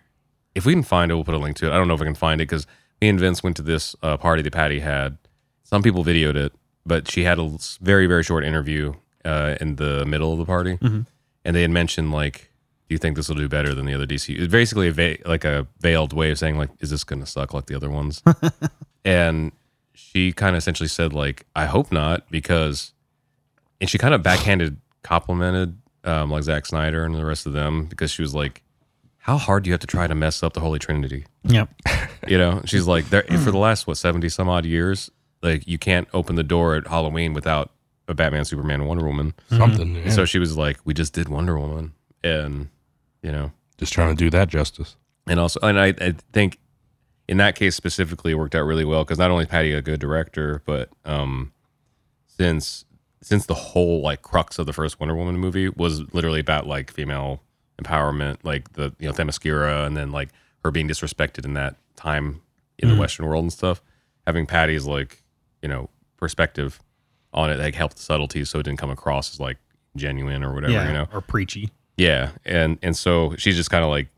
C: if we can find it, we'll put a link to it. I don't know if I can find it because me and Vince went to this uh, party that Patty had. Some people videoed it, but she had a l- very, very short interview uh, in the middle of the party, and they had mentioned like, "Do you think this will do better than the other DC?" It's basically a va- like a veiled way of saying like, "Is this going to suck like the other ones?" and she kind of essentially said like, "I hope not," because and she kind of backhanded complimented um, like Zack Snyder and the rest of them because she was like, "How hard do you have to try to mess up the Holy Trinity?"
B: yep,
C: You know, she's like, "There for the last what seventy some odd years, like you can't open the door at Halloween without a Batman, Superman, and Wonder Woman."
B: Mm-hmm.
A: Something. yeah.
C: And so she was like, "We just did Wonder Woman," and you know,
A: Just trying to do that justice.
C: and also, and I, I think in that case specifically it worked out really well because not only is Patty a good director, but um, since since the whole like crux of the first Wonder Woman movie was literally about like female empowerment, like the you know Themyscira, and then like her being disrespected in that time in the Western world and stuff. Having Patty's like you know perspective on it like helped the subtlety, so it didn't come across as like genuine or whatever.
B: yeah,
C: You know,
B: or preachy.
C: yeah, and and so she's just kind of like,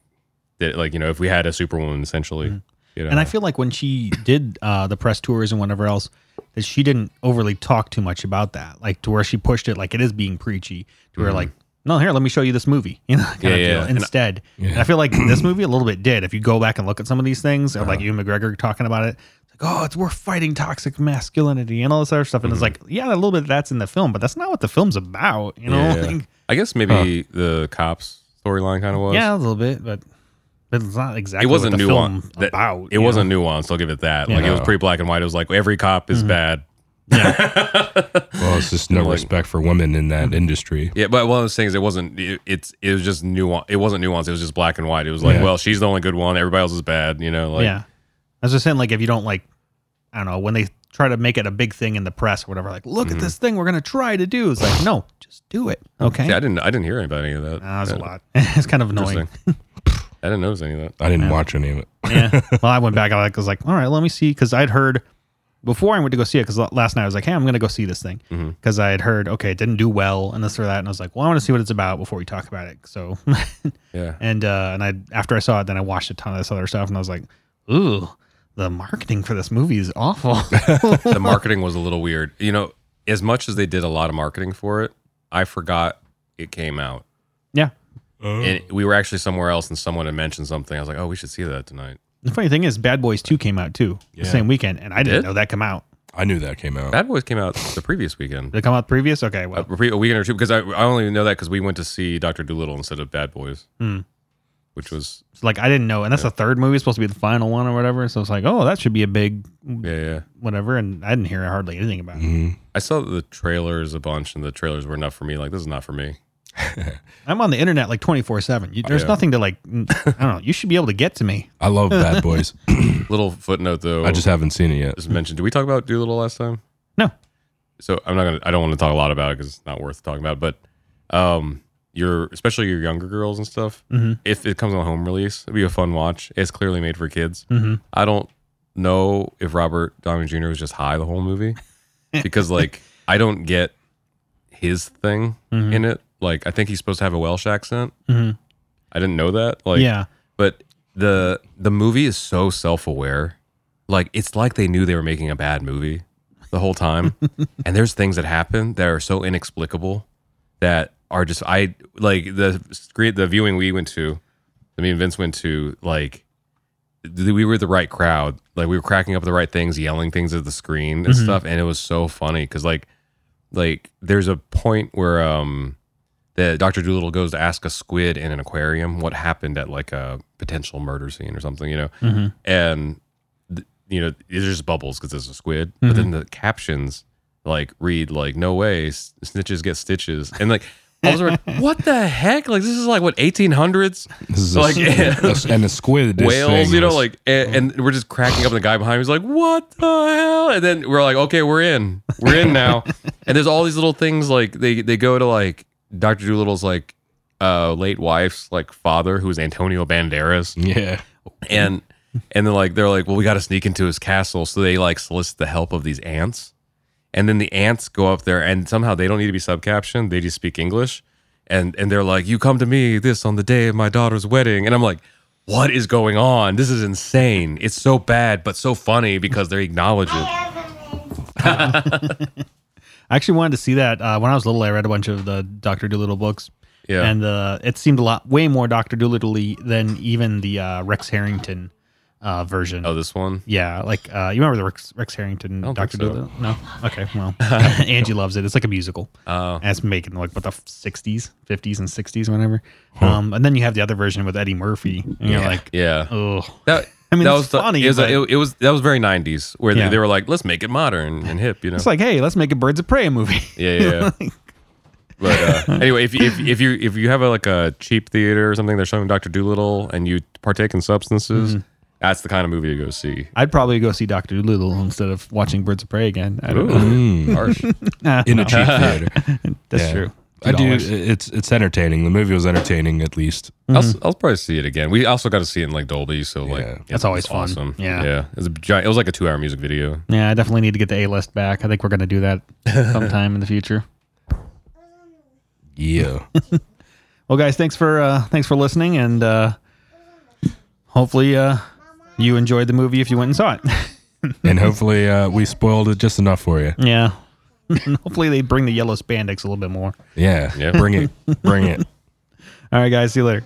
C: that- like you know, if we had a Superwoman essentially, you know,
B: Mm-hmm. And I feel like when she did uh, the press tours and whatever else, that she didn't overly talk too much about that, like to where she pushed it like it is being preachy, to where like, no, here, let me show you this movie, you know, kind
C: Mm-hmm. Yeah,
B: of
C: yeah.
B: deal.
C: And-
B: Instead, And I feel like this movie a little bit did. If you go back and look at some of these things, or
C: Uh-huh.
B: like you McGregor talking about it, it's like, oh, it's we're fighting toxic masculinity and all this other stuff, and it's
C: Mm-hmm.
B: like, yeah, a little bit of that's in the film, but that's not what the film's about, you know.
C: Yeah.
B: Like,
C: I guess maybe the cops storyline kind of was.
B: yeah, a little bit, but. but It's not exactly
C: It wasn't
B: what the film
C: nuanced. That-
B: about.
C: It
B: you know?
C: wasn't nuanced. I'll give it that. Like it was
A: Yeah.
C: pretty black and white. It was like every cop
B: Mm-hmm.
C: is bad.
A: Well, it's just Mm-hmm. no
C: Like-
A: respect for women in that industry.
C: Yeah, but one of those things. It wasn't. It, it's. It was just nuance. It wasn't nuanced. It was just black and white. It was like,
A: Yeah.
C: well, she's the only good one. Everybody else is bad. You know. Like,
B: yeah. I was just saying, like, if you don't like, I don't know, when they try to make it a big thing in the press or whatever, like, look
C: Mm-hmm.
B: at this thing we're gonna try to do. It's like, no, just do it. Okay.
C: Oh, See, I didn't. I didn't hear anybody of that.
B: Nah, that's a lot. it's kind of annoying.
C: Interesting. I didn't notice any of that.
A: I didn't watch any of it.
B: yeah. Well, I went back. I like, was like, all right, let me see, because I'd heard before I went to go see it. Because last night I was like, hey, I'm gonna go see this thing
C: Mm-hmm.
B: because I had heard, okay, it didn't do well and this or that, and I was like, well, I want to see what it's about before we talk about it. So,
C: Yeah.
B: and uh, and I after I saw it, then I watched a ton of this other stuff, and I was like, ooh. The marketing for this movie is awful.
C: the marketing was a little weird. You know, as much as they did a lot of marketing for it, I forgot it came out.
B: yeah,
A: Uh-huh. Hmm.
C: And we were actually somewhere else and someone had mentioned something. I was like, oh, we should see that tonight.
B: The funny thing is, Bad Boys Two came out too the same weekend, and I didn't
C: did?
B: know that come out.
A: I knew that came out.
C: Bad Boys came out the previous weekend.
B: Did it come out previous? Okay, well,
C: A pre- a weekend or two, because I, I only know that because we went to see Dr. Doolittle instead of Bad Boys,
B: Hmm.
C: which was,
B: it's like I didn't know, and that's the third movie, it's supposed to be the final one or whatever. So it's like, oh, that should be a big
C: yeah, yeah.
B: whatever, and I didn't hear hardly anything about
C: Mm-hmm.
B: it.
A: Mhm.
C: I saw the trailers a bunch and the trailers were enough for me. Like, this is not for me.
B: I'm on the internet like 24 seven. There's
C: Yeah.
B: nothing to like. I don't know. You should be able to get to me.
A: I love Bad Boys.
C: Little footnote though.
A: I just haven't seen it yet.
C: just mentioned. Did we talk about Doolittle last time?
B: No.
C: So I'm not gonna. I don't want to talk a lot about it because it's not worth talking about. But um, your especially your younger girls and stuff.
B: Mhm.
C: If it comes on home release, it'd be a fun watch. It's clearly made for kids.
B: Mm-hmm.
C: I don't know if Robert Downey Jr. was just high the whole movie because like I don't get his thing
B: Mhm.
C: in it. Like I think he's supposed to have a Welsh accent.
B: Mhm.
C: I didn't know that. Like
B: yeah,
C: but the the movie is so self-aware like it's like they knew they were making a bad movie the whole time and there's things that happen that are so inexplicable that are just i like the screen the viewing we went to i mean vince went to like th- we were the right crowd like we were cracking up the right things yelling things at the screen and stuff and it was so funny because like like there's a point where um that Dr. Doolittle goes to ask a squid in an aquarium what happened at like a potential murder scene or something, you know, and th- you know it's just bubbles because it's a squid, but then the captions like read like no way s- snitches get stitches and like. I was like, what the heck? Like this is like what 1800s
A: This is
C: Like-
A: a, a- and a squid. is
C: whales,
A: saying
C: you know,
A: this.
C: like and, and we're just cracking up. And the guy behind me is like, "What the hell?" And then we're like, "Okay, we're in, we're in now." and there's all these little things like they they go to like Doctor Doolittle's like uh late wife's like father who's Antonio Banderas,
A: yeah.
C: and and they're like they're like, well, we got to sneak into his castle, so they like solicit the help of these ants, and then the ants go up there, and somehow they don't need to be subcaptioned; they just speak English, and and they're like, you come to me this on the day of my daughter's wedding, and I'm like, what is going on? This is insane. It's so bad, but so funny because they acknowledge it.
B: I actually wanted to see that uh, when I was little. I read a bunch of the Doctor Doolittle books.
C: Yeah.
B: and uh, it seemed a lot way more Doctor Doolittle than even the uh, Rex Harrington uh, version.
C: Oh, this one.
B: Yeah, like uh, you remember the Rex, Rex Harrington
C: don't
B: Doctor
C: think so.
B: Doolittle? No. Okay. Well, Angie loves it. It's like a musical.
C: Oh,
B: And it's making like what the sixties, fifties, and sixties, whatever. Um, and then you have the other version with Eddie Murphy, and you're like,
C: yeah.
B: oh,
C: That,
B: I mean,
C: that
B: it's
C: was the-
B: funny,
C: It was, a-
B: but-
C: it, it was that was very '90s, where
B: Yeah.
C: they, they were like, "Let's make it modern and hip," you know.
B: it's like, hey, let's make a Birds of Prey movie.
C: Yeah, yeah. yeah. But uh, anyway, if, if if you
B: Mm-hmm.
C: if you have a, like a cheap theater or something, they're showing Doctor Doolittle, and you partake in substances. That's the kind of movie to go see.
B: I'd probably go see Doctor Doolittle instead of watching Birds of Prey again. I don't know.
A: Mm.
C: Harsh.
B: Mm-hmm.
A: in a cheap theater.
B: That's
A: Yeah.
B: true.
A: I do.
B: $2.
A: It's it's entertaining. The movie was entertaining at least.
C: I'll, s- I'll probably see it again. We also got to see it in like Dolby, so like
A: Yeah.
B: That's always
C: it's
B: fun. Yeah.
C: yeah. It was a giant. It was like a two-hour music video.
B: Yeah, I definitely need to get the A list back. I think we're going to do that sometime in the future.
A: Yeah.
B: Well, guys, thanks for uh, thanks for listening, and uh, hopefully uh, you enjoyed the movie if you went and saw it.
A: and hopefully uh, we spoiled it just enough for you.
B: yeah, hopefully they bring the yellow spandex a little bit more.
A: Yeah.
C: Yep.
A: Bring it. Bring it.
B: All right, guys, see you later.